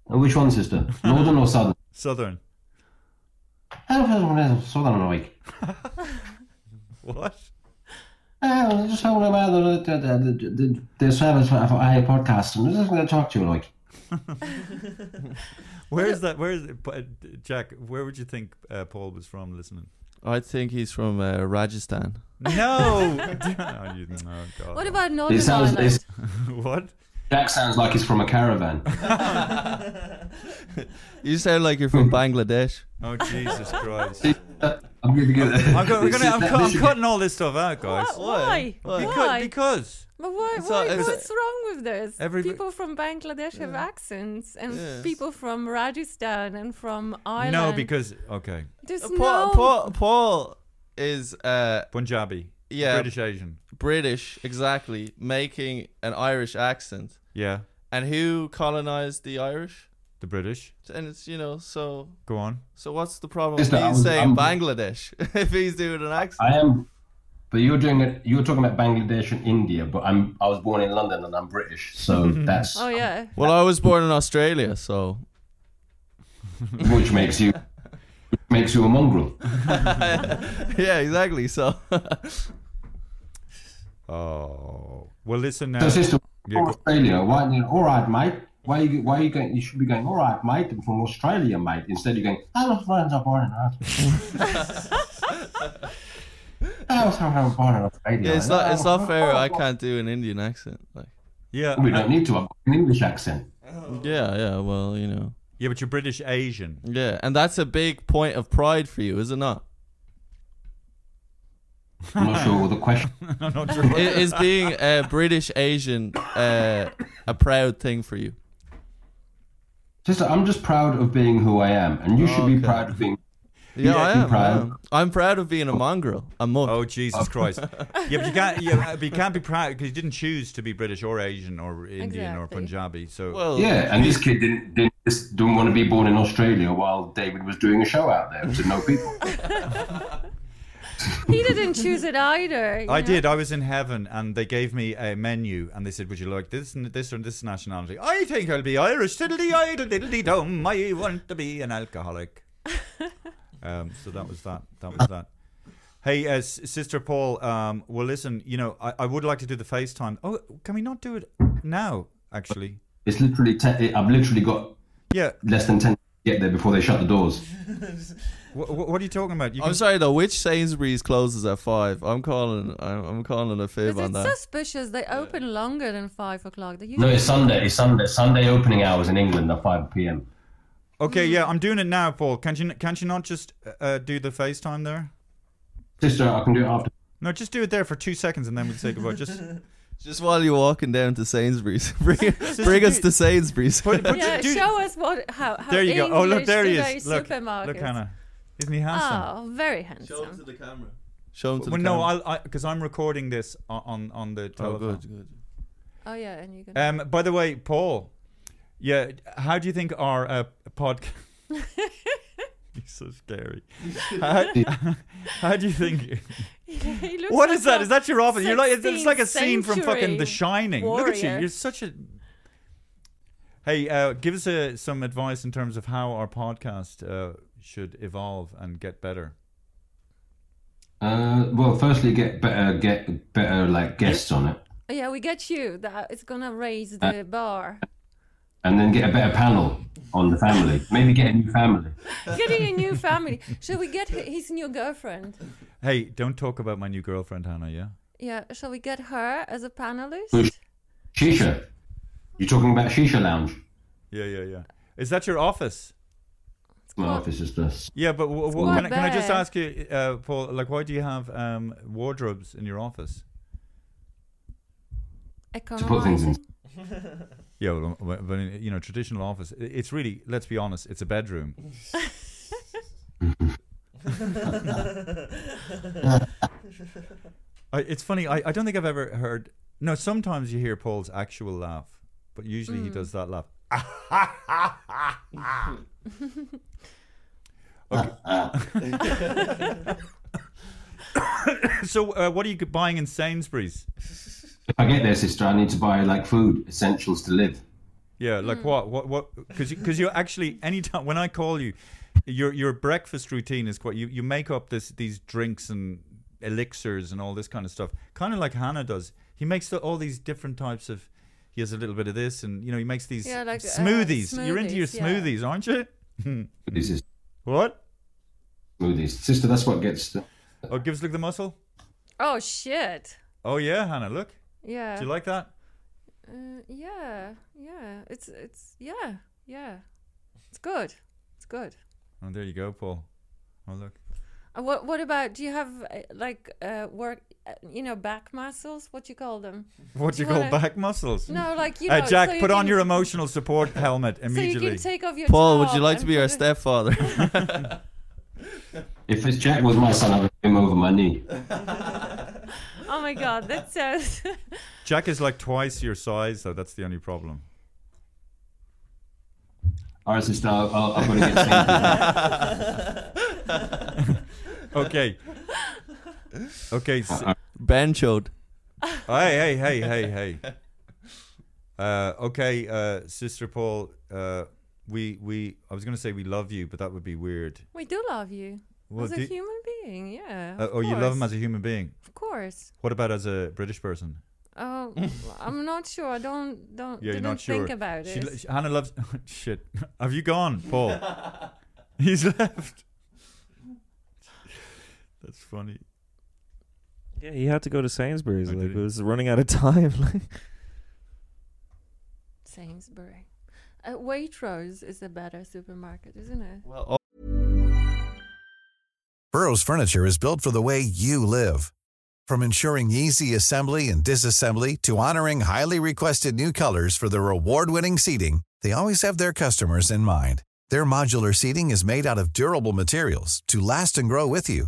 G: Which one, sister? Northern or southern?
A: Southern.
G: Southern awake.
A: What?
G: Oh, just talking about the the the, the, the service for, for I podcast. I'm just going to talk to you like.
A: Where is that? Where is it? but, uh, Jack? Where would you think uh, Paul was from listening?
D: I think he's from uh, Rajasthan.
A: No. Oh, you- no, God.
C: What about Northern
G: sounds-
C: Ireland?
A: what?
G: Jack sounds like he's from a caravan.
D: You sound like you're from Bangladesh.
A: Oh Jesus Christ!
G: uh, I'm going to get
A: I'm, go- we're gonna, I'm, cu- I'm cutting all this stuff out, guys.
C: Why? Why?
A: Because,
C: Why?
A: because
C: But why,
D: It's
C: why
D: a- it's a-
C: what's wrong with this?
A: Every-
C: people from Bangladesh have accents, and
D: Yes.
C: people from Rajasthan and from Ireland.
A: no, because okay,
C: there's
D: Paul,
C: no.
D: Paul, Paul is uh,
A: Punjabi,
D: Yeah.
A: British Asian,
D: British, exactly, making an Irish accent.
A: yeah,
D: And who colonized the Irish?
A: the British.
D: And it's you know so.
A: Go on.
D: So what's the problem?
G: Listen,
D: with
G: I
D: he's
G: was-
D: saying
G: I'm-
D: Bangladesh if he's doing an accent.
G: I am, but you're doing it. You're talking about Bangladesh and India, but I'm. I was born in London and I'm British, so that's
C: Oh yeah.
D: Well, I was born in Australia, so
G: which makes you which makes you a mongrel.
D: yeah, exactly. So
A: Oh well, listen now.
G: So, sister,
A: Yeah, go-
G: Australia. Why? You know, all right, mate. Why are you? Why are you going? You should be going. All right, mate. I'm from Australia, mate. Instead, you're going. I was friends are born in Australia. I was born in Australia.
D: yeah, it's not it's not fair. I can't do an Indian accent. Like
A: yeah,
G: We don't need to. I've got an English accent.
D: yeah, yeah. Well, you know,
A: yeah, but you're British Asian.
D: yeah, and that's a big point of pride for you, is it not?
G: I'm not sure what the question.
A: I'm not sure.
D: I- is being a British Asian uh, a proud thing for you?
G: Sister, I'm just proud of being who I am, and you should be
D: Okay.
G: proud of being.
D: Yeah, I,
G: you're
D: am, I
G: proud.
D: am. I'm proud of being a mongrel, a monk.
A: Oh Jesus Christ! Yeah, but you can't. Yeah, but you can't be proud because you didn't choose to be British or Asian or Indian or
C: Exactly.
A: Punjabi. So
D: well,
G: Yeah, and this kid didn't didn't, just didn't want to be born in Australia while David was doing a show out there to no people.
C: He didn't choose it either. you
A: I
C: know?
A: did. I was in heaven, and they gave me a menu, and they said, "Would you like this, and this, or this nationality?" I think I'll be Irish. Diddly idle, diddly dum. I want to be an alcoholic. um, so that was that. That was that. Hey, uh, S- Sister Paul. Um, well, listen. You know, I, I would like to do the FaceTime. Oh, can we not do it now? Actually,
G: It's literally te- I've literally got
A: yeah.
G: less than ten to get there before they shut the doors.
A: Wh- wh- what are you talking about? You
D: I'm
A: can-
D: sorry though. Which Sainsbury's closes at five? I'm calling. I'm, I'm calling a fib
C: But
D: on
C: it's
D: that.
C: suspicious. They open longer than five o'clock. They
G: No,
C: usually
G: it's Sunday. It's Sunday. Sunday opening hours in England are five p.m.
A: okay, yeah, I'm doing it now, Paul. Can't you? Can't you not just uh, uh, do the FaceTime there?
G: Sister, I can do it after.
A: No, just do it there for two seconds, and then we'll say goodbye. Just.
D: Just while you're walking down to Sainsbury's, bring, bring us
A: do-
D: to Sainsbury's.
A: Put, put,
C: yeah.
A: do-
C: Show us what how how
A: There you go. Oh, look,
C: English
A: there he
C: today
A: is. Look, look,
C: supermarkets-
A: Hannah. Isn't he handsome?
C: Oh, very handsome.
D: the camera. Show him to
A: well,
D: the
A: no,
D: camera.
A: I'll because I'm recording this on on, on the
D: Oh,
A: telephone.
D: good, good.
C: Oh yeah, and you can.
A: Um, by the way, Paul, yeah, how do you think our uh, podcast? He's so scary. How, how do you think?
C: He looks
A: What
C: like
A: is that?
C: a
A: Is that your office? You're like it's, it's like a
C: 16th
A: scene from fucking The
C: century
A: Shining. Look at you.
C: warrior.
A: You're such a. Hey, uh, give us uh, some advice in terms of how our podcast uh, should evolve and get better.
G: Uh, well, firstly, get better, get better like guests on it,
C: Oh, yeah, we get you. That it's gonna raise
G: Uh,
C: the bar.
G: and then get a better panel on the family. Maybe get a new family.
C: Getting a new family. Shall we get h- his new girlfriend?
A: Hey, don't talk about my new girlfriend, Hannah. Yeah.
C: Yeah, shall we get her as a
G: Who?
C: panelist?
G: Shisha. You talking about Shisha Lounge?
A: Yeah, yeah, yeah. Is that your office?
G: My office is this.
A: Yeah, but w- w-
C: Quite
A: can, I, can I just
C: bad.
A: ask you, uh, Paul? Like, why do you have um, wardrobes in your office?
G: things in-
C: Economizing.
A: Yeah, well, w- but in, you know, traditional office. i- It's really, let's be honest, it's a bedroom. I, it's funny. I, I don't think I've ever heard. No, sometimes you hear Paul's actual laugh, but usually he does that laugh. okay. so, uh, what are you buying in Sainsbury's?
G: If I get there, sister, I need to buy like food, essentials to live.
A: Yeah, like
C: Hmm.
A: what? What? What? Because because you, are actually anytime when I call you, your your breakfast routine is quite. You, you make up this these drinks and elixirs and all this kind of stuff, kind of like Hannah does. He makes the, all these different types of. He has a little bit of this, and you know he makes these
C: Yeah, like, uh,
A: smoothies. You're into your
C: smoothies,
A: smoothies,
C: yeah.
A: aren't you?
G: Smoothies, is-
A: What?
G: smoothies, sister. That's what gets. The,
A: Oh, give us a look at the muscle.
C: Oh shit!
A: Oh yeah, Hannah, look.
C: Yeah.
A: Do you like that?
C: Uh, yeah, yeah. It's it's yeah, yeah. It's good. It's good.
A: Oh, there you go, Paul. Oh look.
C: Uh, What what about? Do you have uh, like uh, work? Uh, you know, back muscles. What you call them?
A: What do you call
C: wanna-
A: back muscles?
C: No, like you
A: Uh,
C: know.
A: Jack,
C: so you
A: put on
C: can-
A: your emotional support helmet
C: So you
A: immediately.
C: can take off your.
D: Paul, would you
C: top
D: like to
C: and
D: be our
C: put it-
D: stepfather?
G: if it's Jack was my son, I would put him over my knee.
C: Oh my god, that sounds.
A: Jack is like twice your size, though. That's the only problem.
G: All right, sister, I'll, I'll, I've got to get Sainsbury's.
A: Okay. Okay. s-
D: ben showed.
A: hey, hey, hey, hey, hey. Uh, okay, uh, Sister Paul, uh, we we I was going to say we love you, but that would be weird.
C: we do love you
A: Well,
C: as a
A: do-
C: human being. Yeah.
A: Uh,
C: of
A: oh, you love him
C: course,
A: as a human being.
C: Of course.
A: What about as a British person?
C: Oh, I'm not sure. Don't don't.
A: Yeah, you're
C: didn't
A: not sure.
C: think about
A: She
C: it.
A: lo- she- Hannah loves. shit. Have you gone, Paul? He's left. That's funny.
B: Yeah, he had to go to Sainsbury's.
A: Oh,
B: like,
A: did
B: it
A: he?
B: was running out of time. Like,
C: Sainsbury. Uh, Waitrose is a better supermarket, isn't it?
D: Well,
H: Burrow's furniture is built for the way you live. From ensuring easy assembly and disassembly to honoring highly requested new colors for their award-winning seating, they always have their customers in mind. Their modular seating is made out of durable materials to last and grow with you.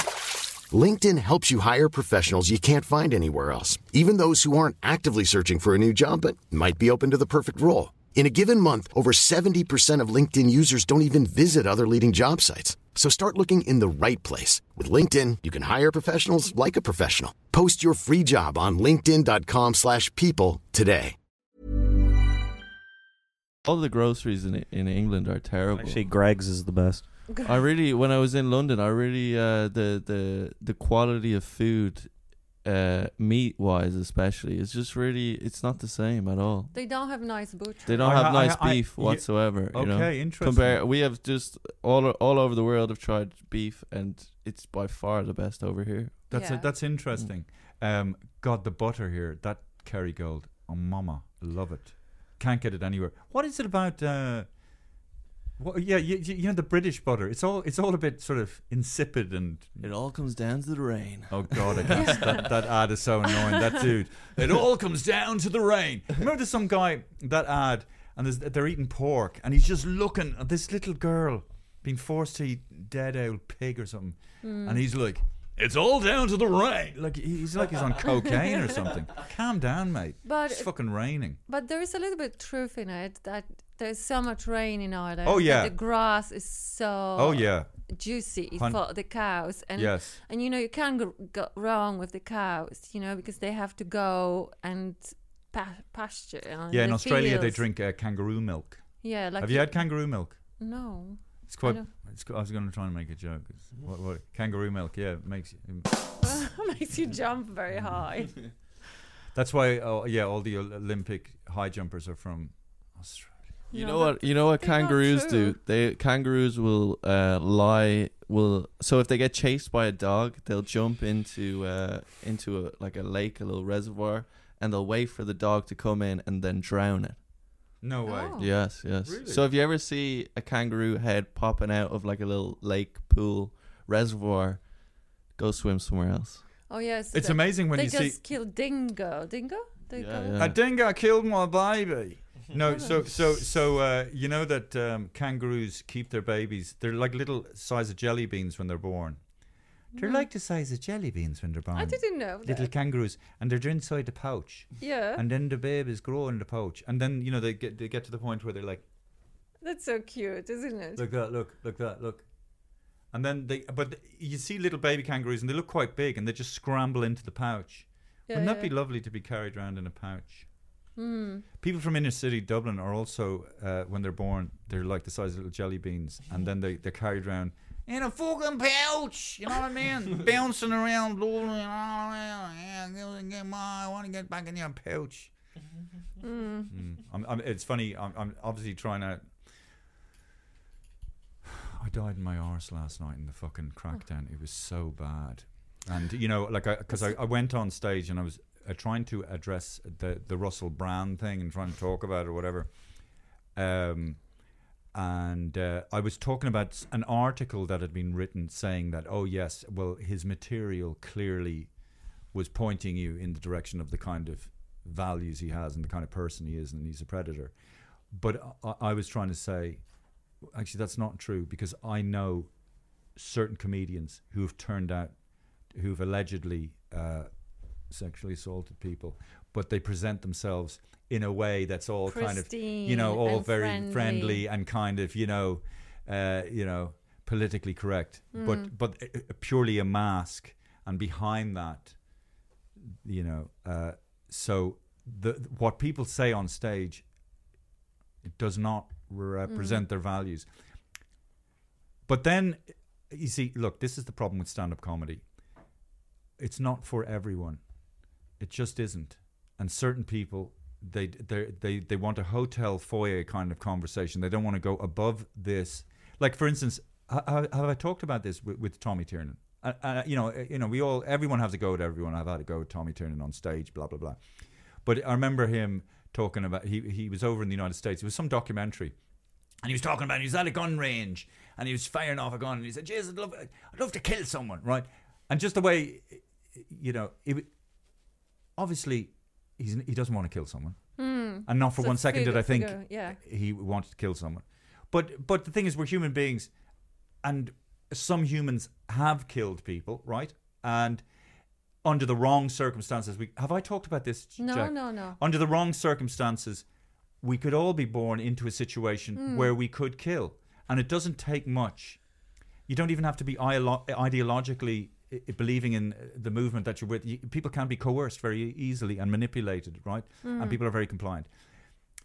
I: LinkedIn helps you hire professionals you can't find anywhere else, even those who aren't actively searching for a new job but might be open to the perfect role. In a given month, over 70% of LinkedIn users don't even visit other leading job sites. So start looking in the right place. With LinkedIn, you can hire professionals like a professional. Post your free job on linkedin.com/people slash people today.
D: all the groceries in in England are terrible.
B: actually, Greg's is the best.
D: I really, when I was in London, I really uh, the the the quality of food, uh, meat wise especially, it's just really it's not the same at all.
C: They don't have nice butchers.
D: They don't
A: I-
D: have
A: I-
D: nice
A: I-
D: beef
A: yeah.
D: whatsoever. you know?
A: Okay, interesting.
D: Compare, we have just all all over the world have tried beef, and it's by far the best over here.
A: That's
C: Yeah.
A: it. that's interesting. Um, God, the butter here, that Kerrygold, oh mama, love it. Can't get it anywhere. What is it about? Uh, what, yeah, you, you know the British butter. It's all it's all a bit sort of insipid and
D: It all comes down to the rain.
A: oh god, I can't, that that ad is so annoying. That dude. It all comes down to the rain. Remember, there's some guy that ad, and there's, they're eating pork, and he's just looking at this little girl being forced to eat dead old pig or something, and he's like. It's all down to the rain. Like he's like he's on cocaine or something. Calm down, mate.
C: But-
A: it's fucking raining.
C: But there is a little bit truth in it that there's so much rain in Ireland.
A: Oh,
C: that
A: yeah.
C: the grass is so.
A: Oh yeah,
C: Juicy
A: Hun-
C: for the cows, and
A: Yes.
C: and you know you can't go, go wrong with the cows, you know, because they have to go and pa- pasture. on
A: yeah. In
C: the
A: Australia, they
C: fields.
A: drink uh, kangaroo milk.
C: Yeah, like
A: Have you had kangaroo milk?
C: No.
A: It's quite.
C: don't-
A: It's, I was going to try and make a joke. It's, what, what, kangaroo milk, yeah, it makes.
C: makes you jump very
A: Mm.
C: high.
A: That's why, oh, yeah, all the Olympic high jumpers are from Australia.
D: You
C: No,
D: know what? You know what
C: they're not
D: kangaroos
C: true.
D: do? They kangaroos will uh, lie. Will so if they get chased by a dog, they'll jump into uh, into a, like a lake, a little reservoir, and they'll wait for the dog to come in and then drown it.
A: No way.
C: Oh.
D: Yes, yes.
A: Really?
D: So if you ever see a kangaroo head popping out of like a little lake, pool, reservoir, go swim somewhere else.
C: Oh yes,
A: It's
C: they-
A: amazing when
C: they
A: you see-
C: just kill dingo. Dingo. They
D: Yeah,
C: go-
D: yeah.
A: A dingo killed my baby. No, so so so uh, you know that um, kangaroos keep their babies. They're like little size of jelly beans when they're born. They're
C: No.
A: like the size of jelly beans when they're born.
C: didn't know
A: Little
C: that.
A: kangaroos, and they're inside the pouch.
C: Yeah.
A: And then the babies grow in the pouch, and then you know they get they get to the point where they're like
C: That's so cute, isn't it?
A: Look that, look, look that, look. And then they, but you see little baby kangaroos and they look quite big and they just scramble into the pouch.
C: Yeah,
A: Wouldn't
C: yeah.
A: that be lovely to be carried around in a pouch?
C: Hmm.
A: People from inner city Dublin are also, uh, when they're born, they're like the size of little jelly beans and then they, they're carried around.
J: In a fucking pouch, you know what I mean? Bouncing around, rolling all around. Yeah, get- get my- I want to get back in your pouch.
A: Mm. I'm, I'm, it's funny, I'm, I'm obviously trying to. I died in my arse last night in the fucking crackdown. It was so bad. And, you know, like, because I, I, went on stage and I was uh, trying to address the, the Russell Brand thing and trying to talk about it or whatever. Um, and uh, I was talking about s- an article that had been written saying that, oh, yes, well, his material clearly was pointing you in the direction of the kind of values he has and the kind of person he is, and he's a predator. But I, I was trying to say, actually, that's not true because I know certain comedians who have turned out, who've allegedly uh, sexually assaulted people, but they present themselves in a way that's all kind of, you know,
J: Pristine
A: all
J: and
A: very
J: friendly.
A: friendly and kind of, you know, uh, you know, politically correct,
J: Mm.
A: but but uh, uh, purely a mask, and behind that, you know, uh, so the what people say on stage it does not represent their values. But then, you see, look, this is the problem with stand up comedy. It's not for everyone. It just isn't. And certain people, they, they, they, they want a hotel foyer kind of conversation. They don't want to go above this. Like, for instance, ha- ha- have I talked about this with, with Tommy Tiernan? Uh, uh, you know, uh, you know, we all, everyone has a go at everyone. I've had a go at Tommy Tiernan on stage, blah blah blah. But I remember him talking about he he was over in the United States. It was some documentary,
J: And he was talking about he was at a gun range and he was firing off a gun and he said, "Jesus, I'd love, I'd love to kill someone."
A: right? And just the way, you know, it, obviously he's, he doesn't want to kill someone,
J: Hmm.
A: and not for
J: So
A: one second
J: figure-
A: did I think
J: figure, yeah.
A: he wanted to kill someone. But but the thing is, we're human beings, and some humans have killed people, right? And under the wrong circumstances, we have I talked about this?
C: No,
A: Jack?
C: no, no.
A: Under the wrong circumstances, we could all be born into a situation
C: Hmm.
A: where we could kill, and it doesn't take much. You don't even have to be ideolo- ideologically i- i- believing in uh, the movement that you're with. You, people can be coerced very e-, easily and manipulated, right?
J: Hmm.
A: And people are very compliant.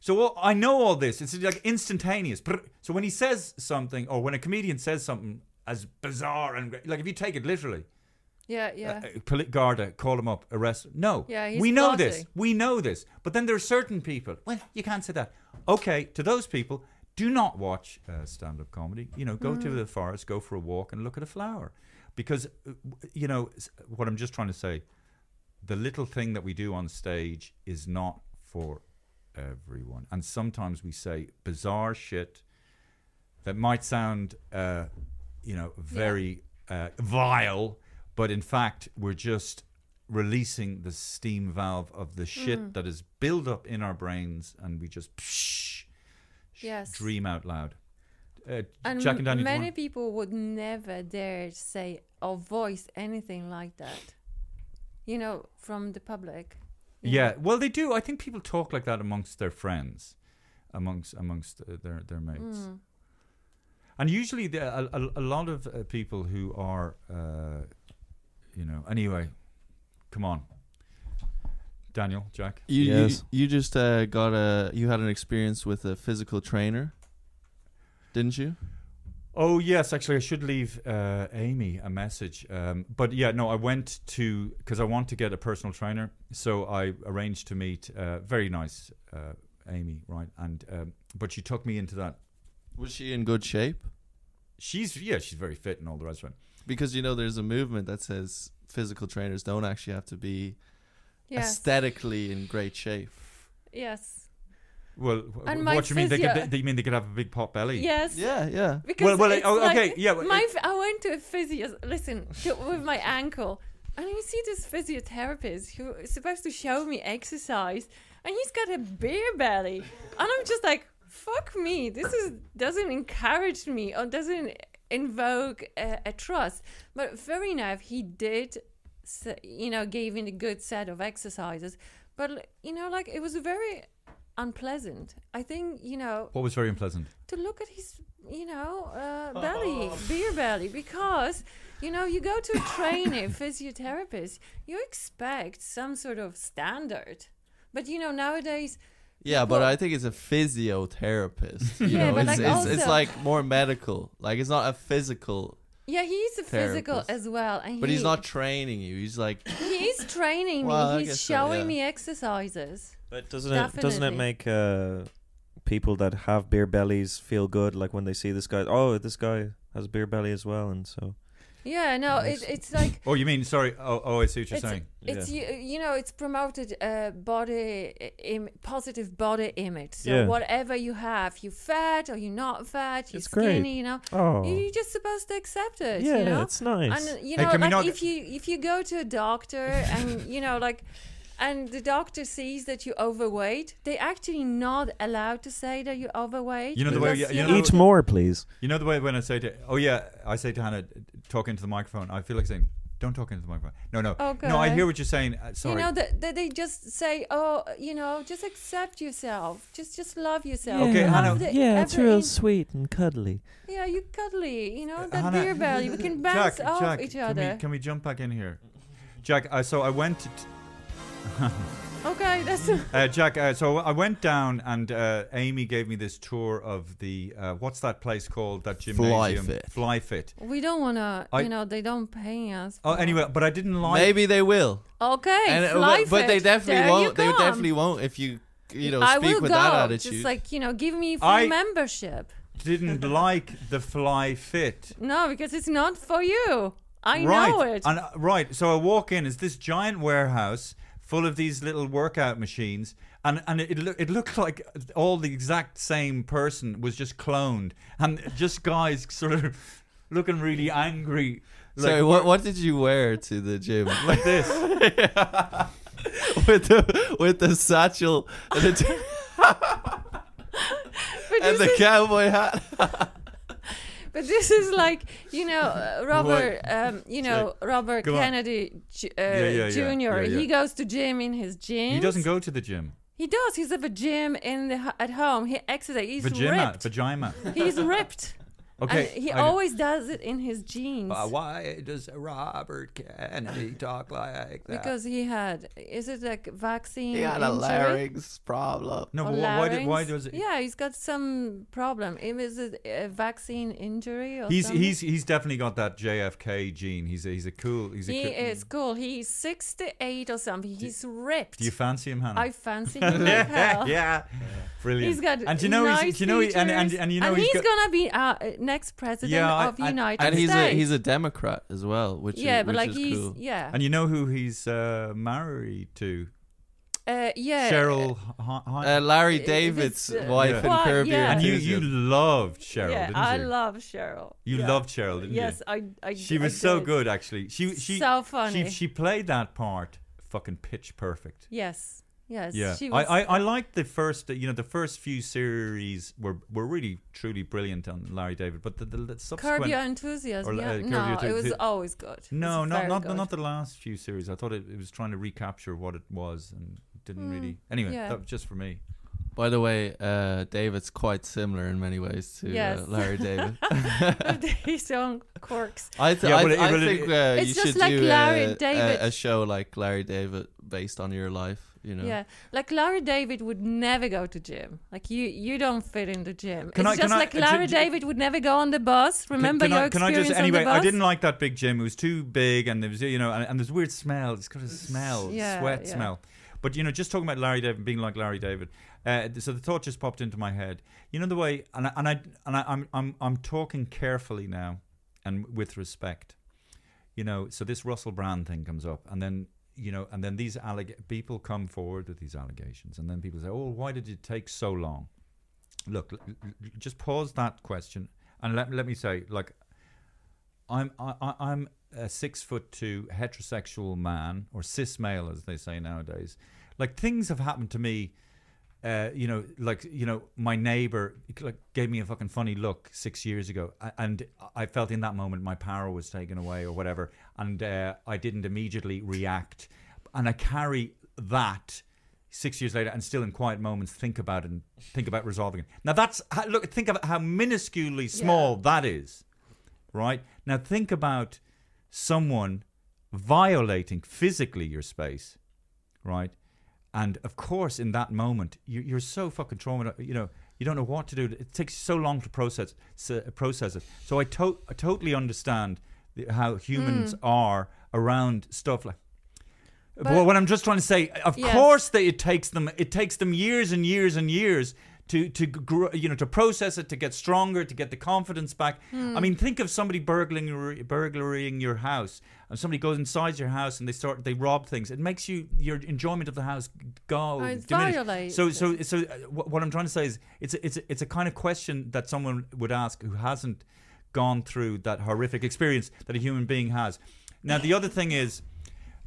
A: So all, I know all this. It's like instantaneous. Brr. So when he says something, or when a comedian says something as bizarre and gra- like if you take it literally,
C: Yeah, yeah.
A: uh, Poli- Garda, call him up, arrest him. No.
C: Yeah, he's
A: we know this.
C: plotting.
A: We know this. But then there are certain people. Well, you can't say that. Okay, to those people, do not watch uh, stand up comedy. You know, go to
J: Mm.
A: the forest, go for a walk, and look at a flower. Because, uh, w- you know, s- what I'm just trying to say the little thing that we do on stage is not for everyone. And sometimes we say bizarre shit that might sound, uh, you know, very uh, vile, but in fact, we're just releasing the steam valve of the shit
C: Mm.
A: that is built up in our brains, and we just psh,
C: Yes.
A: dream out loud. Uh,
C: And
A: Jack and Daniel, do you
C: many
A: want-
C: people would never dare say or voice anything like that. You know, from the public.
A: Yeah, well, they do. I think people talk like that amongst their friends, amongst amongst uh, their their mates.
C: Mm.
A: And usually, the, a, a, a lot of uh, people who are, uh, you know, anyway, come on, Daniel, Jack.
D: You, you- you just uh, got a you had an experience with a physical trainer, didn't you?
A: Oh yes, actually, I should leave uh, Amy a message. Um, but yeah, no, I went to because I want to get a personal trainer, so I arranged to meet. Uh, very nice, uh, Amy, right? And um, but she took me into that.
D: Was she in good shape?
A: She's yeah, she's very fit and all the rest of it.
D: Because you know, there's a movement that says physical trainers don't actually have to be
C: Yes.
D: aesthetically in great shape.
C: Yes.
A: Well, wh-
C: And
A: wh-
C: my
A: what do you mean? They, could,
C: physio-
A: they, they mean they could have a big pot belly?
C: Yes. Because
A: well, well,
C: it's
A: oh,
C: like-
A: okay, yeah. well,
C: My,
A: it-
C: ph- I went to a physio. Listen, to, with my ankle, and you see this physiotherapist who is supposed to show me exercise, and he's got a beer belly, and I'm just like, fuck me, this is doesn't encourage me or doesn't invoke a, a trust. But fair enough, he did, s- you know, gave in a good set of exercises, but you know, like it was very unpleasant. I think you know
A: What was very unpleasant?
C: to look at his, you know, uh, belly, beer belly, because, you know, you go to a trainer, physiotherapist, you expect some sort of standard. But, you know, nowadays,
D: Yeah, but I think it's a physiotherapist. You
C: Yeah,
D: know,
C: but,
D: it's,
C: like,
D: it's, it's
C: also-
D: like more medical. Like it's not a physical.
C: yeah, he's a physical
D: therapist.
C: as well. And
D: But
C: he,
D: he's not training you. He's like
C: He is training
D: Well, I
C: me, he's
D: guess so, yeah.
C: showing me exercises.
B: But doesn't it doesn't it
C: Definitely.
B: make uh, people that have beer bellies feel good? Like when they see this guy, oh, this guy has a beer belly as well, and so
C: Yeah, no, it, it's like
A: Oh, you mean sorry? Oh, oh I see what you're
C: it's,
A: saying.
C: It's you, you know, it's promoted uh, body i- Im- positive body image. So
A: Yeah.
C: whatever you have, you fat or you're not fat, you're
B: It's great.
C: skinny, you know,
B: Oh.
C: you're just supposed to accept it. you
B: Yeah,
C: know?
B: it's nice.
C: And uh, you
B: Hey,
C: know,
B: can we
C: like
B: not-
C: if you if you go to a doctor and you know like. And the doctor sees that you're overweight. They're actually not allowed to say that you're overweight.
A: You know the way.
C: because,
A: You
C: you
A: know,
B: Eat more, please.
A: You know the way when I say to, oh yeah, I say to Hannah, talk into the microphone. I feel like saying, don't talk into the microphone. No, no,
C: Oh,
A: no. I
C: God.
A: hear what you're saying. Uh, sorry.
C: You know that that they just say, "Oh, you know, just accept yourself. Just just love yourself."
A: Okay,
C: Love
A: Hannah-
C: the-
B: yeah, it's
C: every
B: real
C: in-
B: sweet and cuddly.
C: Yeah, you cuddly. You know that
A: Hannah-
C: beer belly. We can
A: Jack,
C: bounce off
A: Jack,
C: each
A: Can
C: other.
A: we, can we jump back in here, Jack? Uh, so I went. To
C: Okay, that's. A-
A: uh, Jack, uh, so I went down and uh, Amy gave me this tour of the uh, what's that place called that
D: Fly
A: gymnasium?
D: Fit.
A: Fly Fit.
C: we don't wanna.
A: I-
C: you know, they don't pay us.
A: Oh, anyway, but I didn't like.
D: maybe they will.
C: Okay,
A: uh,
D: And, uh,
C: fly
D: but, but they
C: fit.
D: definitely
C: There you
D: won't. They
C: come.
D: definitely won't if you you know
C: I
D: speak
C: will
D: with
C: go.
D: that attitude.
C: Just like you know, give me free
A: I-
C: membership.
A: Didn't like the Fly Fit.
C: No, because it's not for you. I
A: right.
C: know it.
A: And, uh, right. So I walk in. It's this giant warehouse full of these little workout machines, and and it loo- it looked like all the exact same person was just cloned, and just guys sort of looking really angry. Like,
D: Sorry, what what did you wear to the gym?
A: Like this.
D: with the with the satchel and the, t- and the cowboy hat.
C: But this is like you know uh, Robert, um, you know Robert
A: Go on.
C: Kennedy Ju- uh,
A: Yeah, yeah, yeah.
C: Jr.
A: Yeah, yeah.
C: He goes to gym in his gym.
A: He doesn't go to the gym.
C: He does. He's at a gym in the ho- at home. He exercises. He's
A: Vagina,
C: ripped.
A: vagina.
C: He's ripped.
A: Okay,
C: And he
A: I-
C: always does it in his jeans
A: why does Robert Kennedy talk like that?
C: because he had is it like vaccine?
D: He had a
C: injury?
D: larynx problem.
A: no,
C: Or
A: but wh- why, did, why
C: larynx?
A: does it?
C: Yeah, he's got some problem. It was a, a vaccine injury or
A: He's
C: something.
A: he's he's definitely got that JFK gene. He's a, he's a cool. He's a
C: he
A: cool.
C: is cool. He's 68 or something. He's ripped.
A: Do you fancy him, Hannah?
C: I fancy him like
A: yeah,
C: hell.
A: yeah, brilliant.
C: He's got
A: and do you know
C: nice
A: he's, do you know he- and, and,
C: features.
A: and you know
C: he's,
A: got,
C: gonna be our uh, next president
A: I-
C: of
A: I-
C: United
D: and he's
C: States.
D: a he's a Democrat as well, which
C: yeah,
D: is,
C: but
D: which
C: like
D: is
C: he's
D: cool.
C: yeah,
A: and you know who he's uh, married to?
C: uh, yeah.
A: Cheryl. Hi- Hi-
D: Uh, Larry
C: Uh,
D: David's
C: this, uh,
D: wife
A: Yeah.
D: and
C: Why,
D: Curb Your
C: yeah.
A: and you you
D: Enthusiasm.
A: loved Cheryl,
C: yeah,
A: didn't you?
C: I love Cheryl.
A: you
C: yeah.
A: loved Cheryl, didn't
C: Yes,
A: you?
C: I. I
A: She
C: I
A: was so
C: did.
A: good, actually. She she
C: So
A: She
C: funny.
A: she played that part fucking pitch perfect.
C: Yes, yes.
A: Yeah,
C: she
A: I,
C: was,
A: I, I liked the first, you know, the first few series were, were really truly brilliant on Larry David, but the, the, the subsequent
C: Curb Your Enthusiasm.
A: or, uh,
C: yeah.
A: Curb
C: no,
A: Your
C: it was
A: Enthu-
C: always good. It
A: No,
C: was
A: not
C: very
A: not
C: good.
A: not the last few series. I thought it, it was trying to recapture what it was and didn't really. Anyway,
C: Hmm. yeah.
A: that was just for me.
D: By the way, uh, David's quite similar in many ways to uh,
C: Yes.
D: Larry David.
C: His own quirks.
D: I, th-
A: Yeah,
D: I,
A: but
D: th-
A: it-
D: I
A: but it-
D: think uh,
C: It's
D: you
C: just
D: should
C: like
D: do uh,
C: Larry
D: a,
C: David.
D: A, a show like Larry David based on your life. You know.
C: Yeah, like Larry David would never go to gym. Like you, you don't fit in the gym.
A: Can
C: it's
A: I-
C: just
A: can I-
C: like
A: uh,
C: Larry
A: j- j-
C: David would never go on the bus. Remember
A: can,
C: your
A: I, can I
C: experience
A: just
C: on
A: anyway?
C: the bus?
A: I didn't like that big gym. It was too big, and there was you know, and, and there's weird smell. It's got a smell,
C: Yeah,
A: sweat
C: yeah.
A: smell. But you know, just talking about Larry David being like Larry David. Uh, so the thought just popped into my head. You know the way, and I, and I and I, I'm I'm I'm talking carefully now, and with respect. You know, so this Russell Brand thing comes up, and then you know, and then these alleg- people come forward with these allegations, and then people say, "Oh, why did it take so long?" Look, l- l- l- just pause that question, and let let me say, like, I'm I, I- I'm a six foot two heterosexual man or cis male as they say nowadays. Like things have happened to me. Uh, you know, like you know, my neighbor like gave me a fucking funny look six years ago, a- and I felt in that moment my power was taken away or whatever, and uh, I didn't immediately react, and I carry that six years later and still in quiet moments think about it and think about resolving it. Now that's how, look, think of how minusculely small that is, right? Now think about someone violating physically your space, right? And of course, in that moment, you, you're so fucking traumatized. You know, you don't know what to do. It takes so long to process so, process it. So I, to- I totally understand the, how humans
K: Mm.
A: are around stuff like.
K: But-
A: well, what I'm just trying to say, of
K: Yes.
A: course, that it takes them. It takes them years and years and years to to grow, you know to process it, to get stronger, to get the confidence back.
K: Hmm.
A: I mean, think of somebody burgling burglarying your house, and somebody goes inside your house and they start they rob things. It makes you your enjoyment of the house go.
C: Oh, it's
A: diminish.
C: violated.
A: So so so uh, wh- what I'm trying to say is it's a, it's a, it's a kind of question that someone would ask who hasn't gone through that horrific experience that a human being has. Now the other thing is,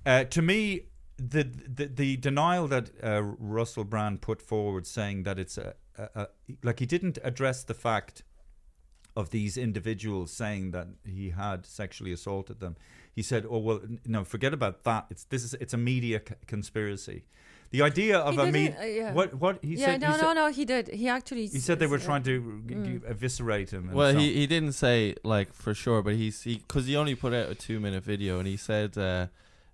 A: uh, to me, the, the the denial that uh, Russell Brand put forward, saying that it's a, a, a like he didn't address the fact of these individuals saying that he had sexually assaulted them. He said, "Oh well, n- no, forget about that. It's this is it's a media c- conspiracy." The idea of
C: He
A: a me-
C: didn't- uh, yeah.
A: what what he
C: yeah,
A: said
C: no,
A: he said,
C: no, no. He did. He actually.
A: he said they were
C: said-
A: trying to g-
C: Mm.
A: g- eviscerate him. and
D: well,
A: so on.
D: he, he didn't say like for sure, but he's he because he only put out a two minute video and he said, uh,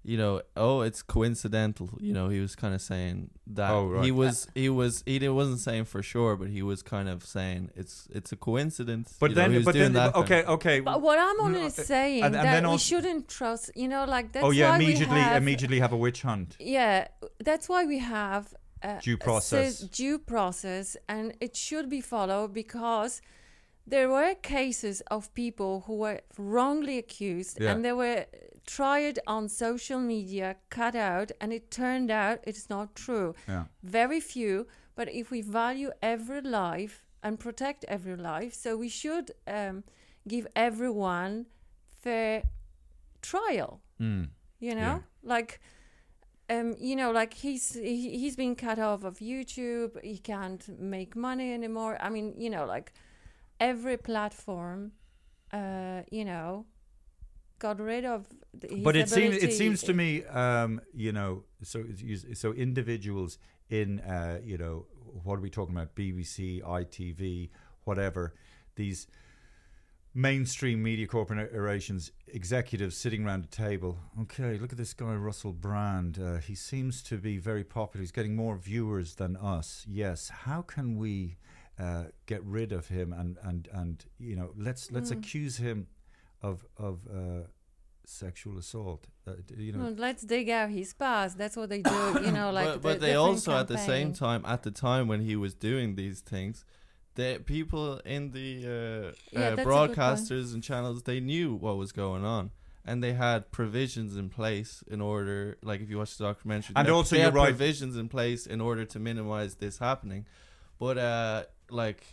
D: you know, oh, it's coincidental. You know, he was kind of saying that
A: Oh, right.
D: he was he was he di- wasn't saying for sure, but he was kind of saying it's it's a coincidence.
A: But
D: you know,
A: then-
D: he was
A: but
D: doing
A: then-
D: that
A: okay, uh,
D: kind of-
A: okay.
C: But what I'm
A: No,
C: only
A: uh,
C: saying
A: and- and
C: that
A: then
C: we
A: also-
C: shouldn't trust. You know, like that's
A: oh yeah,
C: why
A: immediately
C: we have,
A: immediately have a witch hunt.
C: Yeah, that's why we have uh,
A: Due
C: a
A: process.
C: cis- due process, and it should be followed because there were cases of people who were wrongly accused,
L: Yeah.
C: and they were tried on social media, cut out, and it turned out it's not true.
L: Yeah.
C: Very few, but if we value every life and protect every life, so we should um, give everyone fair trial
A: Mm.
C: you know
A: Yeah.
C: like um you know like he's he, he's been cut off of youtube he can't make money anymore i mean you know like every platform uh you know got rid of the, his
A: but it seems it
C: ability-
A: seems to me, um, you know, so it's us- so individuals in, uh, you know, what are we talking about? BBC, ITV, whatever. These mainstream media corporations executives sitting around a table. Okay, look at this guy Russell Brand. Uh, he seems to be very popular. He's getting more viewers than us. Yes, how can we uh, get rid of him and and and you know let's let's
C: Mm.
A: accuse him of of uh, sexual assault. Uh, d- you know,
C: No, let's dig out his past that's what they do you know like
D: but, but
C: the
D: they
C: different
D: also at the same
C: campaigns.
D: time at the time when he was doing these things the people in the uh,
C: Yeah,
D: uh,
C: that's a good point.
D: broadcasters and channels they knew what was going on and they had provisions in place in order like if you watch the documentary
A: And
D: they-
A: also
D: they
A: you're
D: had
A: right-
D: provisions in place in order to minimize this happening but uh like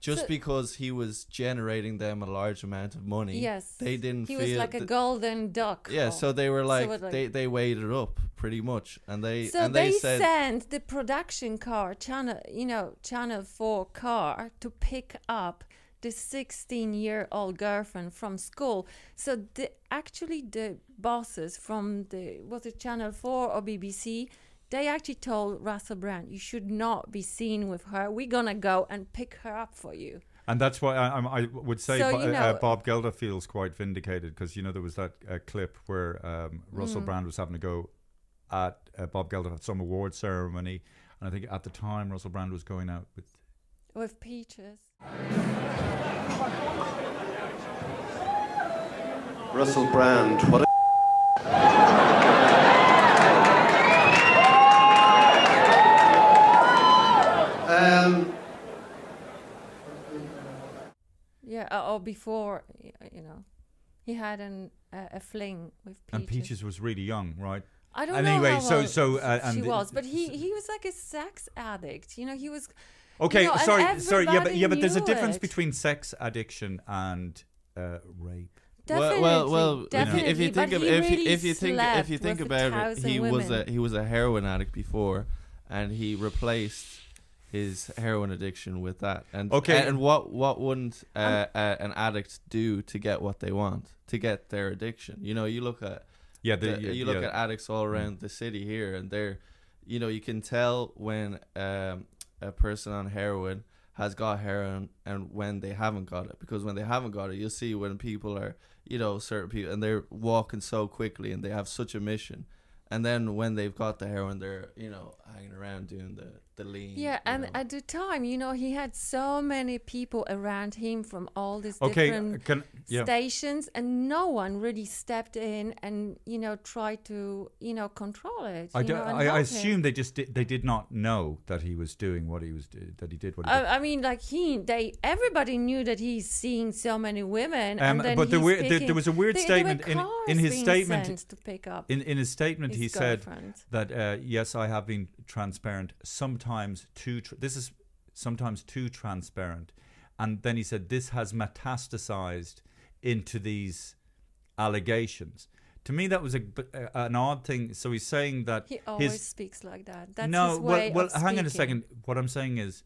D: just
C: So-
D: because he was generating them a large amount of money
C: yes
D: they didn't
C: he
D: feel
C: was like a
D: th-
C: golden duck
D: yeah
C: or-
D: so they were
C: so
D: like,
C: what,
D: they they weighed it up pretty much and they
C: So
D: and
C: they,
D: said
C: sent the production car, channel, you know, Channel Four car, to pick up the 16-year-old girlfriend from school. So the actually the bosses from the was it Channel Four or BBC, they actually told Russell Brand, "You should not be seen with her. We're gonna go and pick her up for you."
A: And that's why I, I'm- I would say
C: So,
A: Bo-
C: you
A: uh,
C: know-
A: Bob Geldof feels quite vindicated because you know there was that uh, clip where um, Russell
C: Mm.
A: Brand was having to go at uh, Bob Geldof at some award ceremony, and I think at the time Russell Brand was going out with
C: With peaches.
M: Russell Brand, what a
E: Um,
C: Yeah, or- or before, y- you know, he had an uh, a fling with peaches.
A: and Peaches was really young, right?
C: I don't
A: and
C: know
A: Anyway,
C: how
A: so
C: old
A: so uh, and
C: she
A: the-
C: was, but he he was like a sex addict. You know, he was. you
A: Okay,
C: know, and
A: sorry, sorry, yeah, but yeah, but there's a
C: everybody
A: difference
C: knew it.
A: between sex addiction and uh, rape.
C: Definitely.
D: Well, well, well If,
C: definitely.
D: you, if you think
C: but
D: of,
C: he
D: if, you-
C: really
D: if you think if
C: slept
D: you think
C: with a
D: about it,
C: thousand
D: he was
C: women.
D: a he was a heroin addict before, and he replaced his heroin addiction with that. And
A: Okay.
D: and, and what what wouldn't uh, uh, an addict do to get what they want to get their addiction? You know, you look at
A: Yeah, the- yeah,
D: you look
A: yeah.
D: at addicts all around the city here, and they're you know you can tell when um, a person on heroin has got heroin and when they haven't got it because when they haven't got it you'll see when people are you know certain people and they're walking so quickly and they have such a mission and then when they've got the heroin they're you know hanging around doing the the lean
C: Yeah, and at the time, you know, he had so many people around him from all these
A: Okay,
C: different
A: can- yeah.
C: stations, and no one really stepped in and you know tried to you know control it.
A: I,
C: you
A: do,
C: know, and
A: I,
C: help
A: I
C: him.
A: assume they just did, they did not know that he was doing what he was do- that he did what he
C: I,
A: did.
C: I mean, like he, they, everybody knew that he's seeing so many women, and
A: Um,
C: then
A: but there,
C: he's
A: were, there,
C: picking-
A: there was a weird
C: There- there were
A: statement in, in
C: cars
A: his
C: being
A: statement.
C: sent to pick up
A: in in his statement,
C: his
A: he said
C: girlfriend.
A: that uh, yes, I have been transparent. Sometimes too. Tr- this is sometimes too transparent, and then he said this has metastasized into these allegations. To me, that was a, b- uh, an odd thing. So he's saying that
C: He
A: his-
C: always speaks like that. That's
A: no,
C: his
A: well,
C: way
A: well,
C: of
A: hang on a
C: speaking.
A: second. What I'm saying is,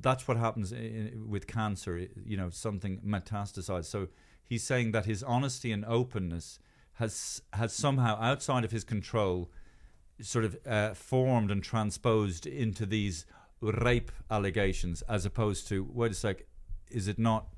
A: that's what happens in, with cancer. i- You know, something metastasized. So he's saying that his honesty and openness has has somehow, outside of his control, sort of uh, formed and transposed into these rape allegations, as opposed to wait a sec, is it not?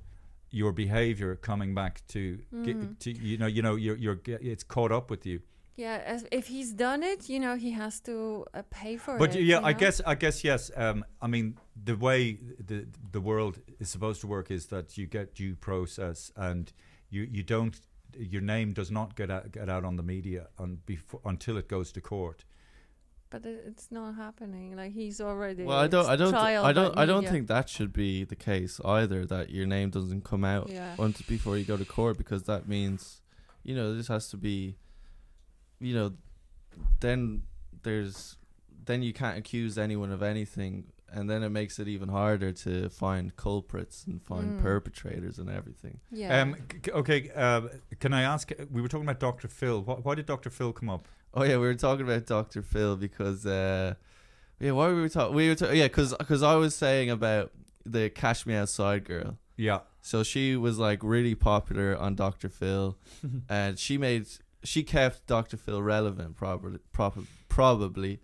A: Your behavior coming back to, ge-
C: Mhm.
A: to you know, you know, you're, you're, ge- it's caught up with you.
C: Yeah, as, if he's done it, you know, he has to uh, pay for
A: But
C: it.
A: yeah,
C: you
A: I
C: know?
A: guess I guess yes. Um, I mean, the way the the world is supposed to work is that you get due process, and you you don't your name does not get out, get out on the media on before, until it goes to court.
C: But it, it's not happening. Like he's already.
D: well, I don't, I don't,
C: trial
D: I don't,
C: by
D: I don't
C: media.
D: think that should be the case either. That your name doesn't come out
C: Yeah.
D: until before you go to court, because that means, you know, this has to be, you know, then there's, then you can't accuse anyone of anything, and then it makes it even harder to find culprits and find
A: Mm.
D: perpetrators and everything.
A: Um, c- c- okay. Uh, can I ask? We were talking about Dr. Phil. Why, why did Dr. Phil come up?
D: Oh yeah, we were talking about Doctor Phil because uh, yeah, why were we talking? We were ta- yeah, because I was saying about the Cash Me Outside girl.
A: Yeah.
D: So she was like really popular on Doctor Phil, and she made she kept Doctor Phil relevant probably prob- probably,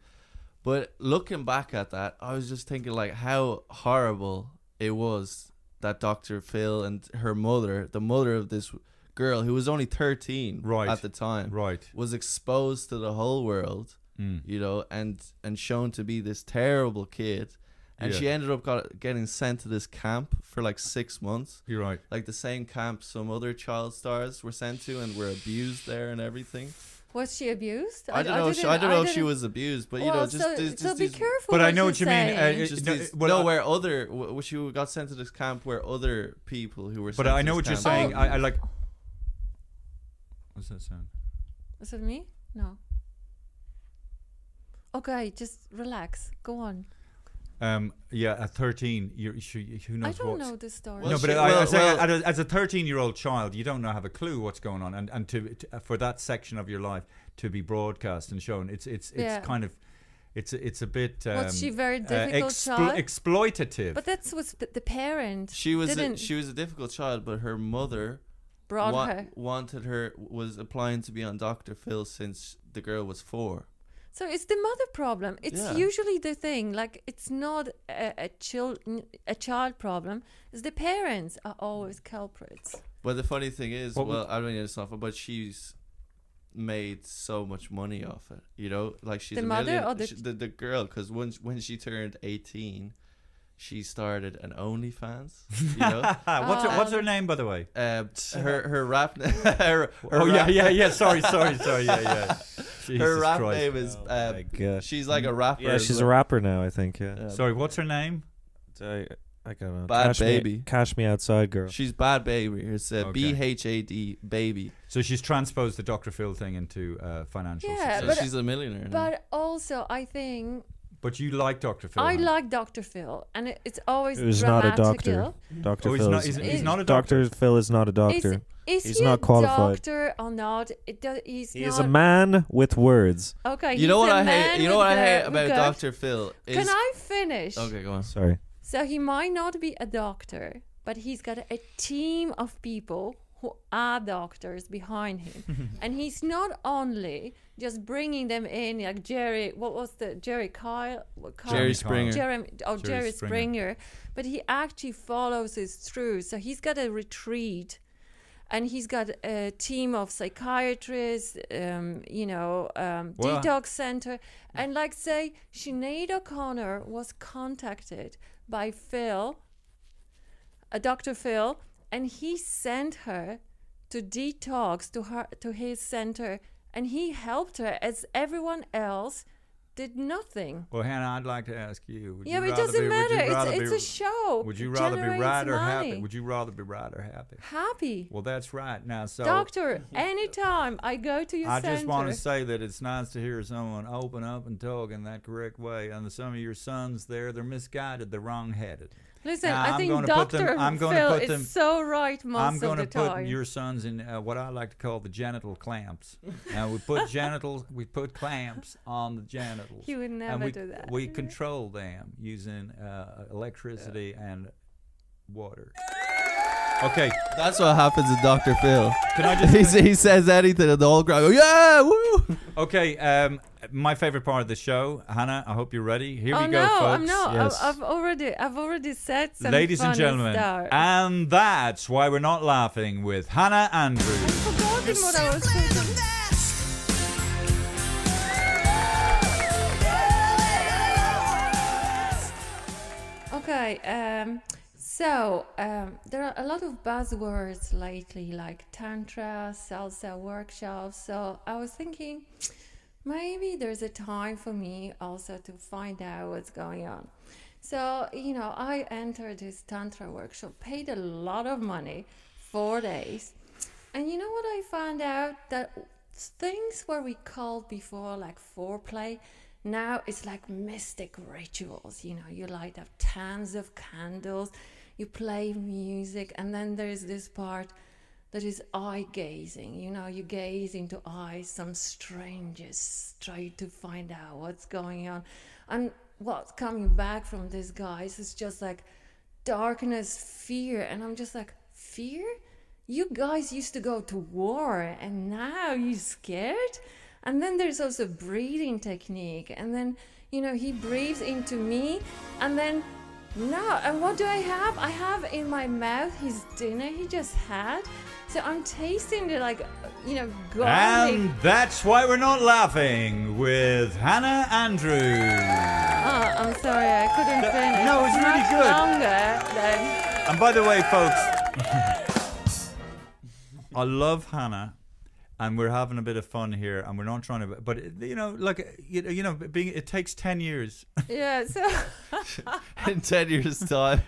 D: but looking back at that, I was just thinking like how horrible it was that Doctor Phil and her mother, the mother of this girl who was only thirteen
A: Right.
D: at the time,
A: right,
D: was exposed to the whole world,
A: Mm.
D: you know, and and shown to be this terrible kid, and
A: Yeah.
D: she ended up got, getting sent to this camp for like six months.
A: You're right.
D: Like the same camp some other child stars were sent to and were abused there and everything.
C: Was she abused?
D: I, don't know. If she,
C: didn't-
D: I don't know if she
C: didn't-
D: was abused, but you know,
C: Well,
D: just,
C: so,
D: these- just
C: so be
D: these-
C: careful. you say.
D: Just
A: uh, no,
D: these-
A: well,
D: no,
A: I-
D: where other, w- she got sent to this camp where other people who were.
A: But
D: sent
A: I
D: to
A: know
D: this
A: what you're
D: camp Oh.
A: saying.
D: were
A: I, I
D: abused.
A: like. What's that sound?
C: Is it me? No. Okay, just relax. Go on.
A: Um, yeah, at 13, you're, she, who knows
C: don't
A: what.
C: know the story.
A: no,
C: Well,
A: but
C: she-
A: I, I
C: well-
A: say
C: well-
A: at a- as a 13 year old child, you don't know, have a clue what's going on. And, and to, to for that section of your life to be broadcast and shown, it's it's it's
C: Yeah.
A: kind of. It's a, it's a bit um,
C: Was she very
D: uh,
C: difficult
A: explo-
C: child?
A: exploitative.
C: But that's was p- the parent.
D: She was
C: didn't
D: a, she was a difficult child, but her mother
C: Brought
D: wa-
C: her.
D: wanted her was applying to be on Doctor Phil since the girl was four.
C: So it's the mother problem. It's
D: Yeah.
C: usually the thing. Like it's not a, a child a child problem. It's the parents are always culprits.
D: But the funny thing is,
A: What
D: well,
A: would-
D: I don't know it's not, fu- but she's made so much money off it. You know, like she's
C: The
D: a
C: mother
D: million,
C: or the-
D: she- the the girl because when when she turned eighteen, she started an OnlyFans. You know,
A: What's her- what's her name, by the way?
D: Uh, her her rap. na- her, her
A: Oh, yeah,
D: rap-
A: yeah, yeah, sorry, sorry, sorry, yeah, yeah. Jesus
D: her rap
A: Christ. Mm.
D: name is. Uh,
B: Oh, God.
D: she's like a rapper.
B: Yeah,
D: as
B: she's a
D: well.
B: rapper now, I think. Yeah.
D: Yeah.
A: Sorry, what's her name?
B: I, I don't know.
D: Bad
B: Cash Me-
D: Baby.
B: cash me outside, girl.
D: She's bad baby. It's uh,
A: Okay.
D: B H A D baby.
A: So she's transposed the Dr. Phil thing into uh, financial
C: Yeah,
A: success.
C: but
D: she's a millionaire.
C: But also, I think.
A: But you like Dr. Phil.
C: I
A: Hannah.
C: like Dr. Phil, and it, it's always
B: Who's not a doctor.
C: dramatical.
B: Doctor
A: Oh, he's
B: Phil.
A: not-
B: is-
A: he's- he's not a
B: Doctor Phil is not a doctor.
C: Is, is
B: he's
C: he
B: not
C: a
B: qualified.
C: doctor or not? It does, he's
B: He
C: not.
B: is a man with words.
C: Okay,
D: You know
C: he's
D: what
C: a
D: I hate?
C: man
D: You know
C: with
D: what I hate
C: the-
D: about
C: good.
D: Doctor Phil? Is,
C: Can I finish?
D: Okay, go on.
B: Sorry.
C: So he might not be a doctor, but he's got a team of people who are doctors behind him. and he's not only just bringing them in, like Jerry, what was the Jerry Kyle? what- Kyle-
D: Jerry Springer.
C: Jeremy, oh,
D: Jerry
C: Jerry,
D: Springer.
C: Springer. But he actually follows it through. So he's got a retreat. And he's got a team of psychiatrists, um, you know, um,
K: Well,
C: detox center and like say Sinead O'Connor was contacted by Phil, a Dr. Phil, and he sent her to detox to her to his center and he helped her as everyone else did nothing.
A: Well, Hannah, I'd like to ask you. Would
C: Yeah,
A: you
C: but it
A: rather
C: doesn't
A: be- would
C: matter.
A: you
C: It's-
A: rather
C: it's
A: be-
C: a show.
A: Would
C: It
A: you rather be
C: generates
A: right or happy?
C: money.
A: Would you rather be right or happy?
C: Happy.
A: Well, that's right. Now, so
C: Doctor, anytime I go to your
A: I
C: center.
A: just want to say that it's nice to hear someone open up and talk in that correct way. And some of your sons there, they're misguided, they're wrong-headed.
C: Listen,
A: Now,
C: I
A: I'm
C: think
A: gonna put
C: Doctor
A: them- I'm gonna
C: Phil
A: put
C: is
A: them-
C: so right most
A: I'm
C: of
A: going to
C: the
A: put
C: time.
A: your sons in uh, what I like to call the genital clamps. Now we put genitals, we put clamps on the genitals.
C: He would
A: And
C: never
A: we-
C: do that.
A: We control them using uh, electricity and water. Okay.
D: That's what happens to Doctor Phil.
A: Can I just-
D: He, he says anything, and the whole crowd go, "Yeah, woo!"
A: Okay. Um, my favorite part of the show, Hannah. I hope you're ready. Here
C: oh
A: we go,
C: no,
A: folks.
C: I'm not. I, have already, I've already said something.
A: Ladies and gentlemen,
C: Stuff.
A: and that's why we're not laughing with Hannah Andrews.
C: Forgotten what I was saying. Okay, um, so um, there are a lot of buzzwords lately, like tantra, salsa workshops. So I was thinking, maybe there's a time for me also to find out what's going on. So you know, I entered this tantra workshop, paid a lot of money, four days, and you know what I found out that things where we called before like foreplay, now it's like mystic rituals. You know, you light up tons of candles, you play music, and then there's this part that is eye gazing. You know, you gaze into eyes some strangers, try to find out what's going on, and what's coming back from these guys is just like darkness, fear, and I'm just like fear. You guys used to go to war, and now you scared. And then there's also breathing technique, and then you know he breathes into me, and then no, and what do I have? I have in my mouth his dinner he just had. So I'm tasting the like, you know, garlic.
A: And that's why we're not laughing with Hannah Andrews.
C: Oh, I'm sorry, I couldn't finish.
A: no, it's really
C: much
A: good.
C: longer than.
A: And by the way, folks, I love Hannah, and we're having a bit of fun here, and we're not trying to. But you know, like you know, you know, being it takes ten years.
C: Yeah, so.
D: In ten years' time,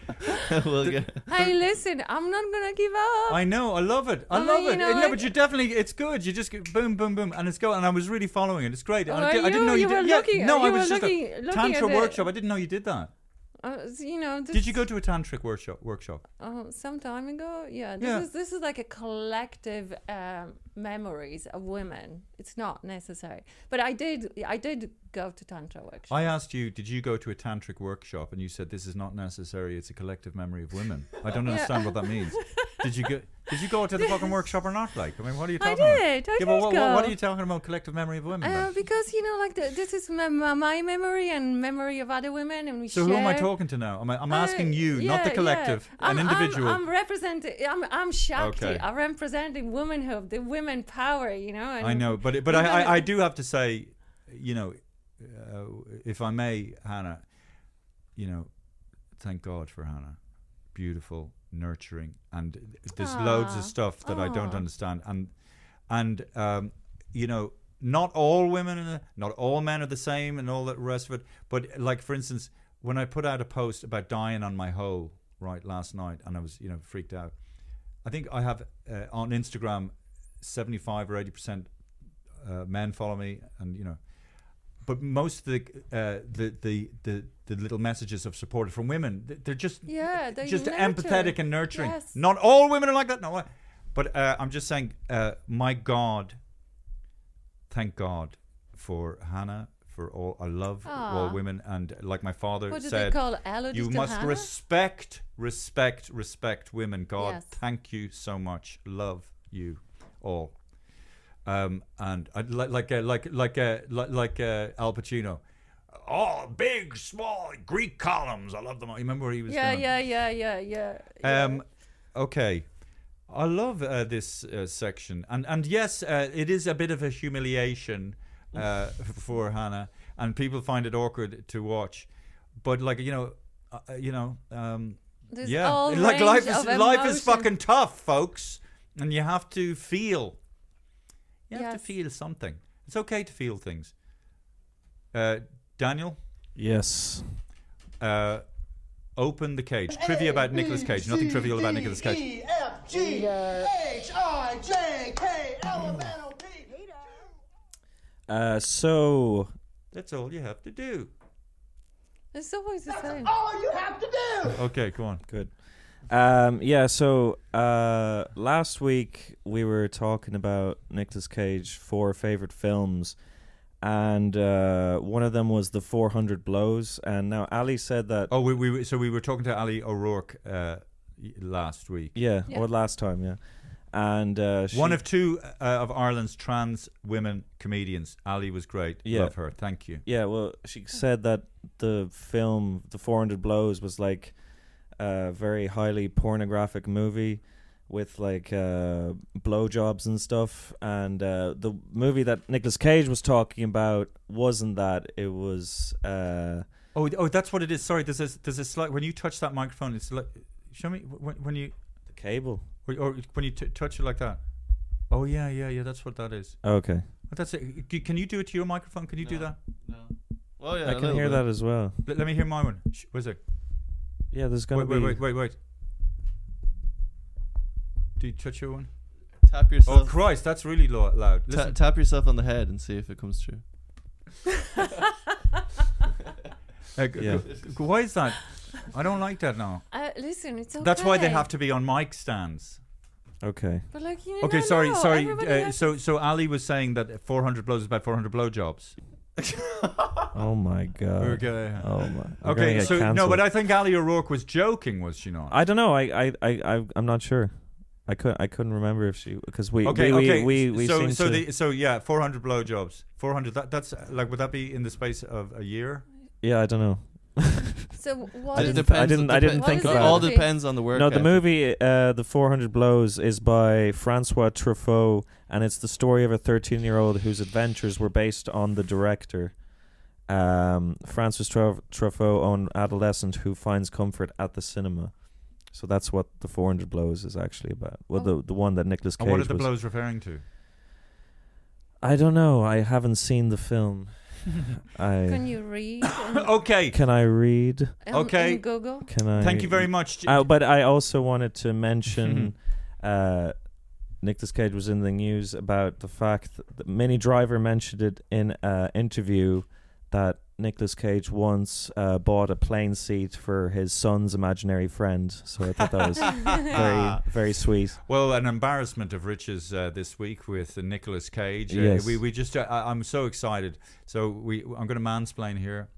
D: we'll get.
C: hey, listen, I'm not gonna give up.
A: I know, I love it, I
C: Oh,
A: love
C: you
A: it.
C: know
A: no,
C: what?
A: but you definitely, it's good. You just go boom, boom, boom, and it's going. And I was really following it. It's great. and
C: Oh,
A: I, did, I didn't
C: you-
A: know you,
C: you
A: did.
C: were
A: yeah,
C: looking-
A: no, I
C: you
A: was
C: were
A: just
C: looking-
A: a
C: looking
A: tantra
C: at it.
A: workshop. I didn't know you did that.
C: Uh, you know, this,
A: Did you go to a tantric workshop? Workshop.
C: Oh, some time ago, yeah. This
A: Yeah.
C: is this is like a collective um, memories of women. It's not necessary, but I did I did go to tantra workshop. Uh,
A: I asked you, did you go to a tantric workshop? And you said this is not necessary. It's a collective memory of women. I don't
C: Yeah.
A: understand what that means. Did you go? Did you go to the fucking workshop or not? Like, I mean, what are you
C: I
A: talking
C: did,
A: about?
C: I
A: yeah, but
C: did
A: what, what- what
C: go.
A: are you talking about? Collective memory of women.
C: Uh,
A: then?
C: because you know, like the, this is my, my, my memory and memory of other women, and we.
A: so who am I
C: Um, share-
A: talking to now? Am I, I'm
C: Uh,
A: asking you,
C: yeah,
A: not the
C: yeah.
A: collective,
C: I'm-
A: an
C: I'm-
A: individual.
C: I'm, representing. I'm I'm Shakti.
A: Okay.
C: I'm representing womanhood, the women power. You know. And
A: I know, but it- but I, I, I do have to say, you know, uh, if I may, Hannah, you know, thank God for Hannah, beautiful, nurturing, and there's loads
L: Aw.
A: of stuff that I don't
L: Aw.
A: understand, and and um, you know, not all women, are- not all men are the same, and all the rest of it. But like for instance, when I put out a post about dying on my hole right last night, and I was you know freaked out. I think I have uh, on Instagram 75 or 80 percent uh, men follow me, and you know, But most of the uh, the, the the the little messages of support from women, th- they're just
C: Yeah, they
A: just
C: nurture.
A: empathetic and nurturing.
C: Yes.
A: Not all women are like that. No, I- but uh, I'm just saying, uh, my God, thank God for Hannah. For all, I love all
C: Aw.
A: women, and like my father
C: What do they
A: said,
C: call it? Allergies
A: you
C: to
A: must
C: Hannah?
A: respect, respect, respect women. God,
C: Yes.
A: thank you so much. Love you all. Um, and I, like like uh, like like uh, like, like uh, Al Pacino. Oh, big, small Greek columns. I love them. all. You remember where he was?
C: Yeah,
A: going?
C: yeah, yeah, yeah, yeah.
A: Um, okay. I love uh, this uh, section, and and yes, uh, it is a bit of a humiliation uh, for Hannah, and people find it awkward to watch. But like you know, uh, uh, you know, um,
C: There's
A: yeah,
C: all
A: like life
C: range
A: is
C: of
A: life is
C: emotion.
A: fucking tough, folks, and you have to feel. You have to
C: Yes.
A: feel something. It's okay to feel things. Uh, Daniel.
B: Yes.
A: Uh, open the cage.
I: uh,
A: Trivia about Nicolas Cage. Nothing trivial about Nicolas Cage.
K: E F G H I J K L M N O P.
B: Uh, so
A: That's all you have to do.
C: It's always the same.
K: All you have to do.
A: Okay, go on.
B: Good. Um, yeah, so uh, last week we were talking about Nicolas Cage four favorite films, and uh, one of them was the Four Hundred Blows. And now Ali said that.
A: Oh, we, we were- so we were talking to Ali O'Rourke uh, y- last week.
B: yeah, or last time, yeah. And uh, she,
A: One of two uh, of Ireland's trans women comedians. Ali was great.
B: Yeah.
A: Love her. Thank you.
B: Yeah, well, she said that the film, The 400 Blows, was like a very highly pornographic movie with like uh, blowjobs and stuff. And uh, the movie that Nicolas Cage was talking about wasn't that. It was. Uh,
A: Oh, oh, that's what it is. Sorry, there's a, there's a slight. When you touch that microphone, it's like. Show me when, when you.
B: The cable.
A: Or, or when you t- touch it like that. Oh, yeah, yeah, yeah. That's what that is.
B: Oh, Okay.
A: But That's it. C- Can you do it to your microphone? Can you do that?
D: No. Oh yeah,
B: I
D: a
B: can
D: little
B: hear
D: bit.
B: that as well.
A: Let, let me hear my one. Sh- Where's it?
B: Yeah, there's going
A: wait,
B: to be.
A: Wait, wait, wait, wait. Do you touch your one?
D: Tap yourself.
A: Oh, Christ, that's really lo- loud.
D: Ta-
A: Listen.
D: tap yourself on the head and see if it comes true.
A: Uh, g-
D: Yeah.
A: g- g- why is that? I don't like that now.
C: Uh, listen, it's okay.
A: That's why they have to be on mic stands.
B: Okay.
C: But like you
A: Okay,
C: know,
A: sorry,
C: no,
A: sorry.
C: everybody
A: Uh,
C: has-
A: so, so Ali was saying that 400 blows is about 400 blowjobs.
B: Oh my god.
A: We're gonna-
B: Oh my. we're gonna
A: Okay,
B: get
A: so no,
B: cancelled.
A: but I think Ali O'Rourke was joking, was she not?
B: I don't know. I I I I- I'm not sure. I could I couldn't remember if she because we
A: okay,
B: we,
A: okay.
B: we we we
A: so,
B: seem
A: so
B: to,
A: the so yeah, 400 blowjobs. 400. That, that's uh, like, would that be in the space of a year?
B: yeah I don't know.
C: So what
B: I
C: is
B: didn't,
C: the
B: I didn't, I didn't
C: What
B: think
C: is the
B: about
C: All
B: it.
C: movie? depends on the work
B: No, the
C: ethic.
B: movie, uh, The 400 Blows, is by Francois Truffaut, and it's the story of a 13 year old whose adventures were based on the director. Um, Francis Truf- Truffaut, an adolescent who finds comfort at the cinema. So that's what The 400 Blows is actually about. Well, the, the one that Nicolas Cage
A: And what are the
B: was.
A: blows referring to?
B: I don't know. I haven't seen the film. I
C: Can you read? and-
A: okay.
B: Can I read?
C: Um, Okay. in Google?
B: Can I?
A: Thank you very much. Mm-hmm.
B: Uh, but I also wanted to mention. uh, Nicolas Cage was in the news about the fact that Mini Driver mentioned it in an interview that Nicolas Cage once uh, bought a plane seat for his son's imaginary friend. So I thought that was very, very sweet.
A: Well, an embarrassment of riches uh, this week with uh, Nicolas Cage. Uh,
B: Yes.
A: we we just uh, I, I'm so excited. So we I'm going to mansplain here.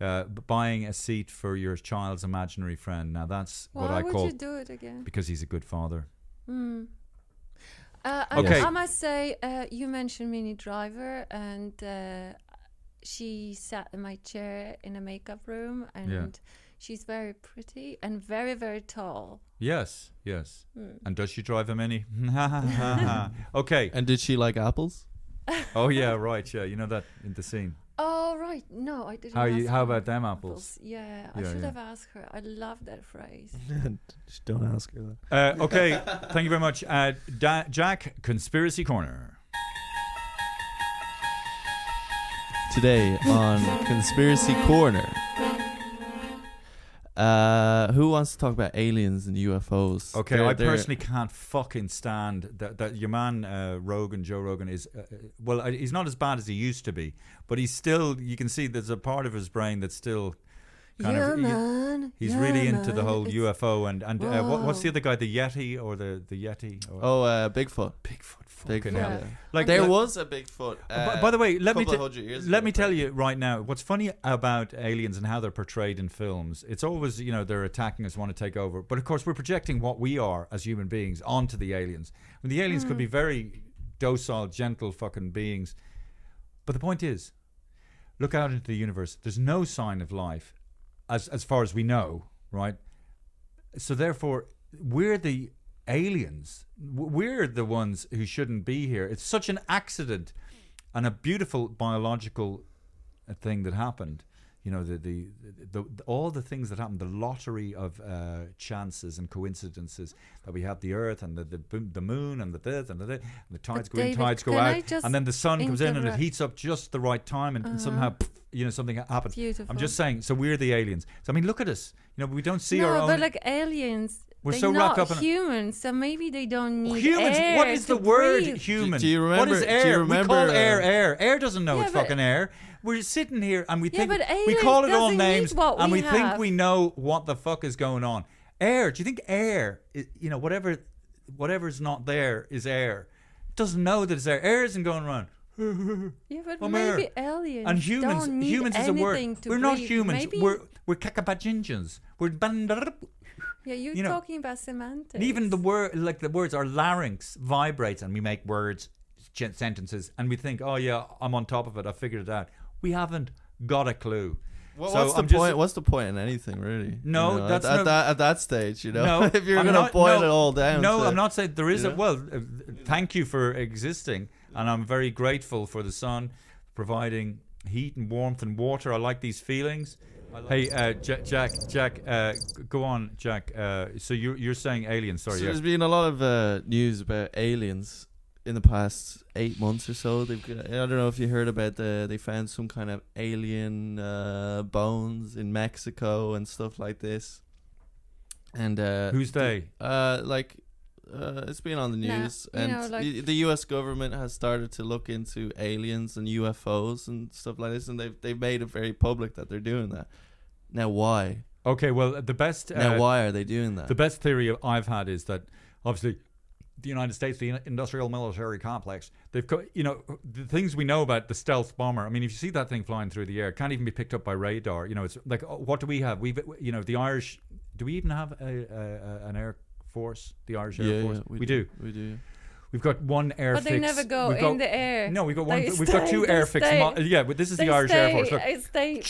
A: Uh, b- buying a seat for your child's imaginary friend. Now that's what
C: Why
A: I
C: would
A: call
C: you do it again?
A: because he's a good father.
C: Hmm. Uh,
A: Okay.
C: I, I must say, uh, you mentioned Minnie Driver, and uh, she sat in my chair in a makeup room, and she's very pretty and very, very tall.
A: Yes, yes.
C: Mm.
A: And does she drive a mini? okay.
D: And did she like apples?
A: oh yeah, right. Yeah, you know that in the scene.
C: Oh, right. No, I didn't.
A: How you-
C: ask
A: how
C: her
A: about them apples?
C: Yeah, I
A: Yeah,
C: should
A: yeah.
C: have asked her. I love that phrase.
B: Just Don't ask her that.
A: Uh, okay, thank you very much, uh, da- Jack. Conspiracy corner.
D: Today on Conspiracy Corner. Uh, who wants to talk about aliens and UFOs?
A: Okay,
D: They're-
A: I
D: they're-
A: personally can't fucking stand that. That your man uh, Rogan, Joe Rogan, is uh, uh, well, I- he's not as bad as he used to be, but he's still. You can see there's a part of his brain that's still kind
C: Yeah,
A: of. he-
C: man.
A: he's
C: Yeah,
A: really into the
C: man.
A: whole
C: It's-
A: UFO and and uh, what, what's
C: Wow.
A: the other guy, the Yeti or the the Yeti? Or,
D: Oh, uh, Bigfoot.
A: Bigfoot.
D: Bigfoot.
A: hell.
D: yeah.
A: Like-
D: there
A: like-
D: was a Bigfoot. Uh,
A: by, by the way, let me
D: couple
A: te-
D: of hundred years
A: let
D: ago.
A: me tell you right now what's funny about aliens and how they're portrayed in films. It's always you know they're attacking us, want to take over, but of course we're projecting what we are as human beings onto the aliens. And the aliens could
L: Mm.
A: be very docile, gentle fucking beings, but the point is, look out into the universe. There's no sign of life, as as far as we know, right? So therefore, we're the aliens. W- We're the ones who shouldn't be here. It's such an accident, and a beautiful biological uh, thing that happened. You know, the the, the, the all the things that happened, the lottery of uh, chances and coincidences that we have the Earth and the the, boom- the moon and the this and the that, and the tides go
L: David,
A: in, tides go
L: can I
A: out,
L: just
A: and then the sun comes in and it
L: interrupt?
A: heats up just the right time, and, and
C: Uh-huh.
A: somehow pff, you know something happens.
C: Beautiful.
A: I'm just saying. So we're the aliens. So I mean, look at us. You know, we don't see
C: no,
A: our own.
C: but like aliens,
A: We're
C: they're
A: so wrapped
C: not
A: up in-
C: humans, so maybe they don't need
A: Humans.
C: air
A: what is
C: to
A: the word
C: breathe.
A: human?
D: Do- do you
A: What is
D: remember- do you
A: air?
D: remember,
A: we call
D: uh,
A: air air. Air doesn't know
C: Yeah,
A: it's
C: but-
A: fucking air. We're sitting here and we
C: Yeah,
A: think
C: but
A: we
C: air
A: call it all
C: doesn't need
A: names
C: what
A: and
C: we
A: we think
C: have.
A: we know what the fuck is going on. Air. Do you think air? i- You know, whatever, whatever's not there is air. It doesn't know that it's there. Air isn't going around. Hmm.
C: Yeah, but
A: I'm
C: maybe
A: air.
C: aliens
A: and humans.
C: don't need
A: humans is a word.
C: anything to
A: We're not
C: breathe.
A: humans.
C: Maybe-
A: We're we're kakabajinjans. We're bandarup.
C: yeah, you're
A: you know,
C: talking about semantics.
A: And even the word, like the words, our larynx vibrates, and we make words, gen- sentences, and we think, "Oh yeah, I'm on top of it. I figured it out." We haven't got a clue.
D: Wha-
A: So
D: what's the
A: I'm just-
D: point? What's the point in anything, really?
A: No,
D: You know,
A: that's
D: at, at
A: no-
D: that at that stage, you know. if you're
A: I'm
D: gonna
A: not-
D: boil
A: no,
D: it all down.
A: No,
D: to-
A: I'm not saying there
D: you
A: is
D: know?
A: a well. Uh, thank you for existing, and I'm very grateful for the sun providing heat and warmth and water. I like these feelings. hey, uh, Jack, Jack, Jack, uh, g- go on, Jack. Uh, so you're you're saying aliens? Sorry,
D: so
A: yeah.
D: there's been a lot of uh, news about aliens in the past eight months or so. They've got, I don't know if you heard about the they found some kind of alien uh, bones in Mexico and stuff like this. And uh,
A: Who's they?
D: Uh, like. Uh, it's been on the
A: Nah,
D: news,
A: you
D: and
A: know, like-
D: the- the U.S. government has started to look into aliens and UFOs and stuff like this, and they've they've made it very public that they're doing that. Now, why?
A: Okay, well, the best. uh,
D: Now, why are they doing that?
A: The best theory I've had is that obviously the United States, the in- industrial military complex, they've co- you know the things we know about the stealth bomber. I mean, if you see that thing flying through the air, it can't even be picked up by radar. You know, it's like oh, what do we have? We've you know the Irish. Do we even have a, a, a an air force? The Irish
D: Yeah,
A: Air
D: yeah,
A: Force.
D: we
A: we,
D: do.
A: do.
D: We do.
A: We've got one air.
C: But
A: fix.
C: they never go
A: We've
C: in the air.
A: No, we've got one.
C: They
A: We've got
C: stay-
A: two
C: they
A: air fix.
C: stay-
A: mo- yeah, but this is
C: they
A: the Irish Air Force.
C: stay-
A: Look.
C: it's they-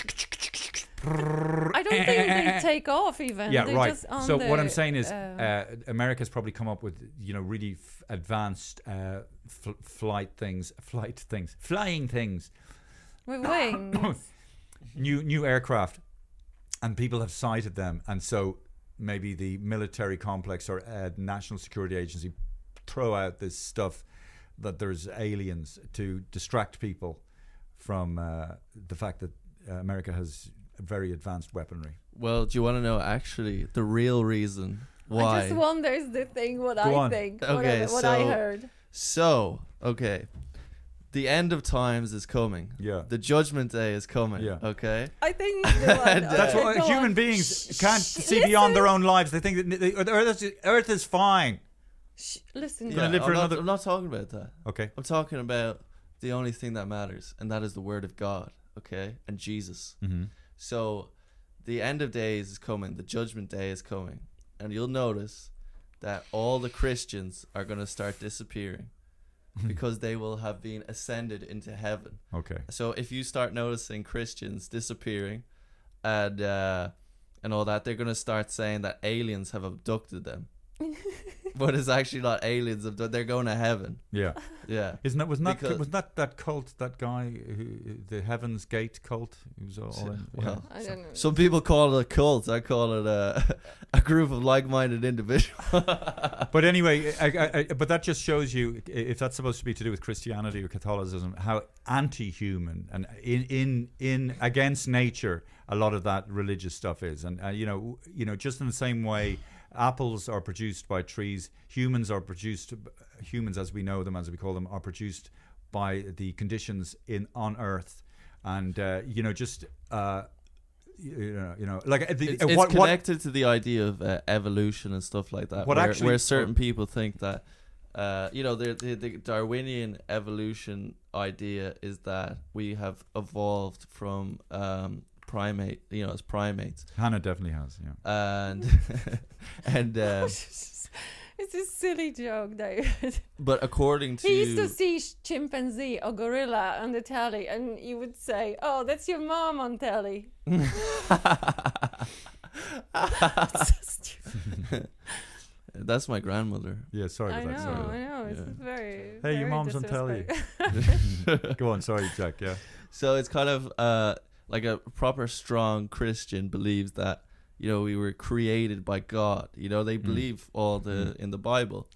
C: I don't think they take off even.
A: Yeah,
C: They're
A: right.
C: just on
A: so what I'm
C: the,
A: saying is,
C: um,
A: uh, America's probably come up with you know really f- advanced uh, fl- flight things, flight things, flying things,
C: with wings.
A: new new aircraft, and people have sighted them, and so maybe the military complex or uh, national security agency throw out this stuff that there's aliens to distract people from uh, the fact that uh, America has very advanced weaponry.
D: Well, do you want to know actually the real reason why?
C: I just wonder is the thing what I think. what I-
D: Okay,
C: what,
D: so
C: I heard.
D: so okay, the end of times is coming. Yeah, the judgment day is coming. Yeah, okay. uh,
C: I think you know what.
A: That's
C: Okay,
A: why
C: go
A: human
C: on.
A: beings can't see beyond their own lives. They think that the- the Earth is, Earth is fine.
C: Listen,
A: You're gonna live
D: I'm
A: for
D: not-
A: another-
D: I'm not talking about that.
A: Okay.
D: I'm talking about the only thing that matters, and that is the word of God. Okay, and Jesus.
A: Mhm.
D: So, the end of days is coming. The judgment day is coming, and you'll notice that all the Christians are going to start disappearing because they will have been ascended into heaven.
A: Okay.
D: So if you start noticing Christians disappearing and uh, and all that, they're going to start saying that aliens have abducted them. but it's actually not aliens. They're going to heaven.
A: Yeah,
D: yeah.
A: Isn't that was not
D: Because-
A: was not that cult that guy who the Heaven's Gate cult who's all, all in,
D: Well,
A: yeah.
D: some people call it a cult. I call it a a group of like-minded individuals.
A: but anyway, I, I, I, but that just shows you i- if that's supposed to be to do with Christianity or Catholicism, how anti-human and in in in against nature a lot of that religious stuff is, and uh, you know you know just in the same way apples are produced by trees, humans are produced humans as we know them as we call them are produced by the conditions in on Earth, and uh, you know just. Uh, you know, you know, like uh, the,
D: it's,
A: uh,
D: it's
A: what, what
D: connected to the idea of uh, evolution and stuff like that.
A: What
D: where,
A: actually-
D: where certain people think that, uh, you know, the, the, the Darwinian evolution idea is that we have evolved from um, primate, you know, as primates.
A: Hannah definitely has, yeah.
D: And and uh,
C: It's a silly joke, David.
D: but according to
C: He used to see sh- chimpanzee or gorilla on the telly, and you would say, "Oh, that's your mom on telly."
D: That's my grandmother.
A: Yeah, sorry
C: I
A: about
C: know,
A: that.
C: I know. It's very.
A: Hey, your
C: very
A: mom's on telly.
C: disrespectful.
A: Go on, sorry, Jack. Yeah.
D: So it's kind of uh, like a proper strong Christian believes that you know we were created by God. You know they
A: Mm.
D: believe all the in the Bible,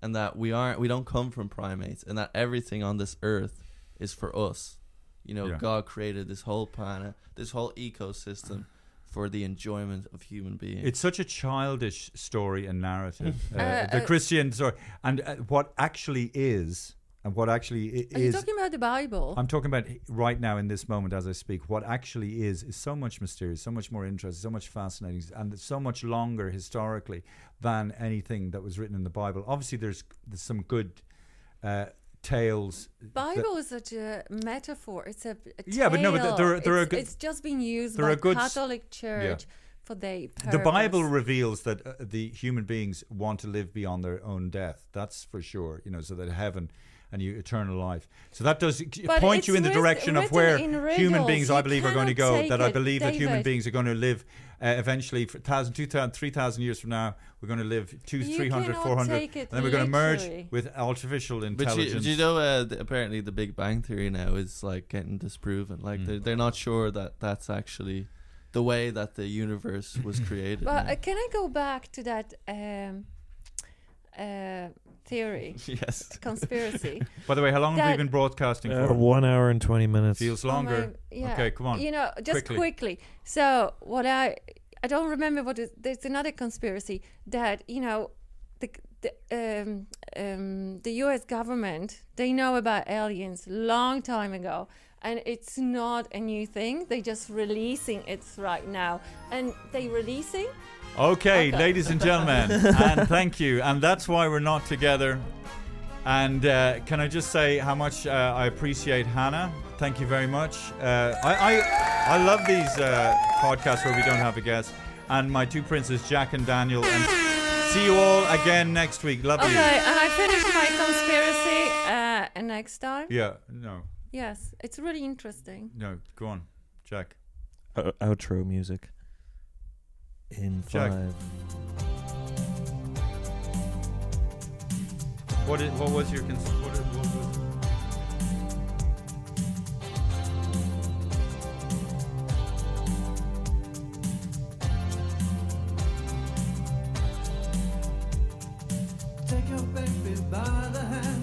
D: and that we aren't we don't come from primates, and that everything on this earth is for us. You know
A: Yeah.
D: God created this whole planet, this whole ecosystem for the enjoyment of human beings.
A: It's such a childish story and narrative. uh,
C: Uh,
A: the
C: uh,
A: Christian story. And uh, what actually is, and what actually i-
C: Are you
A: is.
C: talking about the Bible?
A: I'm talking about right now in this moment as I speak. What actually is is so much mysterious, so much more interesting, so much fascinating, and so much longer historically than anything that was written in the Bible. Obviously, there's, there's some good uh, tales. that-
C: Bible is such a metaphor. It's a, a
A: Yeah, but no, but
C: tale.
A: there are- there are
C: it's,
A: good-
C: it's just been used
A: there
C: by
A: are good s-
C: Catholic
A: yeah.
C: Church for their purpose.
A: The Bible reveals that uh, the human beings want to live beyond their own death. That's for sure. You know, so that heaven and you eternal life. So that does
C: But
A: point you
C: it's
A: in the
C: writ-
A: direction of
C: written
A: where
C: in
A: human
C: riddles.
A: beings,
C: You
A: I believe, are going to
C: cannot
A: go.
C: take
A: That I
C: it,
A: believe that human
C: David.
A: beings are going to live uh, eventually for 1,000, 2,000, 3,000 years from now. We're going to live two,
C: You
A: three hundred,
C: cannot
A: four hundred,
C: take
A: and
C: it
A: then we're going to merge
C: literally.
A: with artificial
D: But you,
A: intelligence.
D: but you know, uh, th- apparently the Big Bang Theory now is like getting disproven. Like they're, they're not sure that that's actually the way that the universe was created.
C: But
D: now.
C: uh, can I go back to that um, uh, theory?
D: Yes.
C: Conspiracy.
A: By the way, how long have we
C: That-
A: been broadcasting
B: Uh,
A: for?
B: one hour and 20 minutes.
A: Feels
C: Oh my-
A: longer.
C: yeah.
A: Okay, come on.
C: You know, just quickly. So what I I don't remember what is, there's another conspiracy that you know the the um, um, the U.S. government they know about aliens long time ago. And it's not a new thing. They're just releasing it right now. And they releasing
A: Okay, ladies and gentlemen, and thank you. And that's why we're not together. And uh, can I just say how much uh, I appreciate Hannah? Thank you very much. Uh, I, I I love these uh, podcasts where we don't have a guest. And my two princes, Jack and Daniel. And see you all again next week. Love
C: Okay,
A: you.
C: and I finished my conspiracy uh, and next time.
A: Yeah. No.
C: Yes, it's really interesting.
A: No. Go on, Jack.
B: O- outro music. In
A: Jack.
B: five.
A: What is, what was your cons- what, is- what was
K: Take your baby by the hand.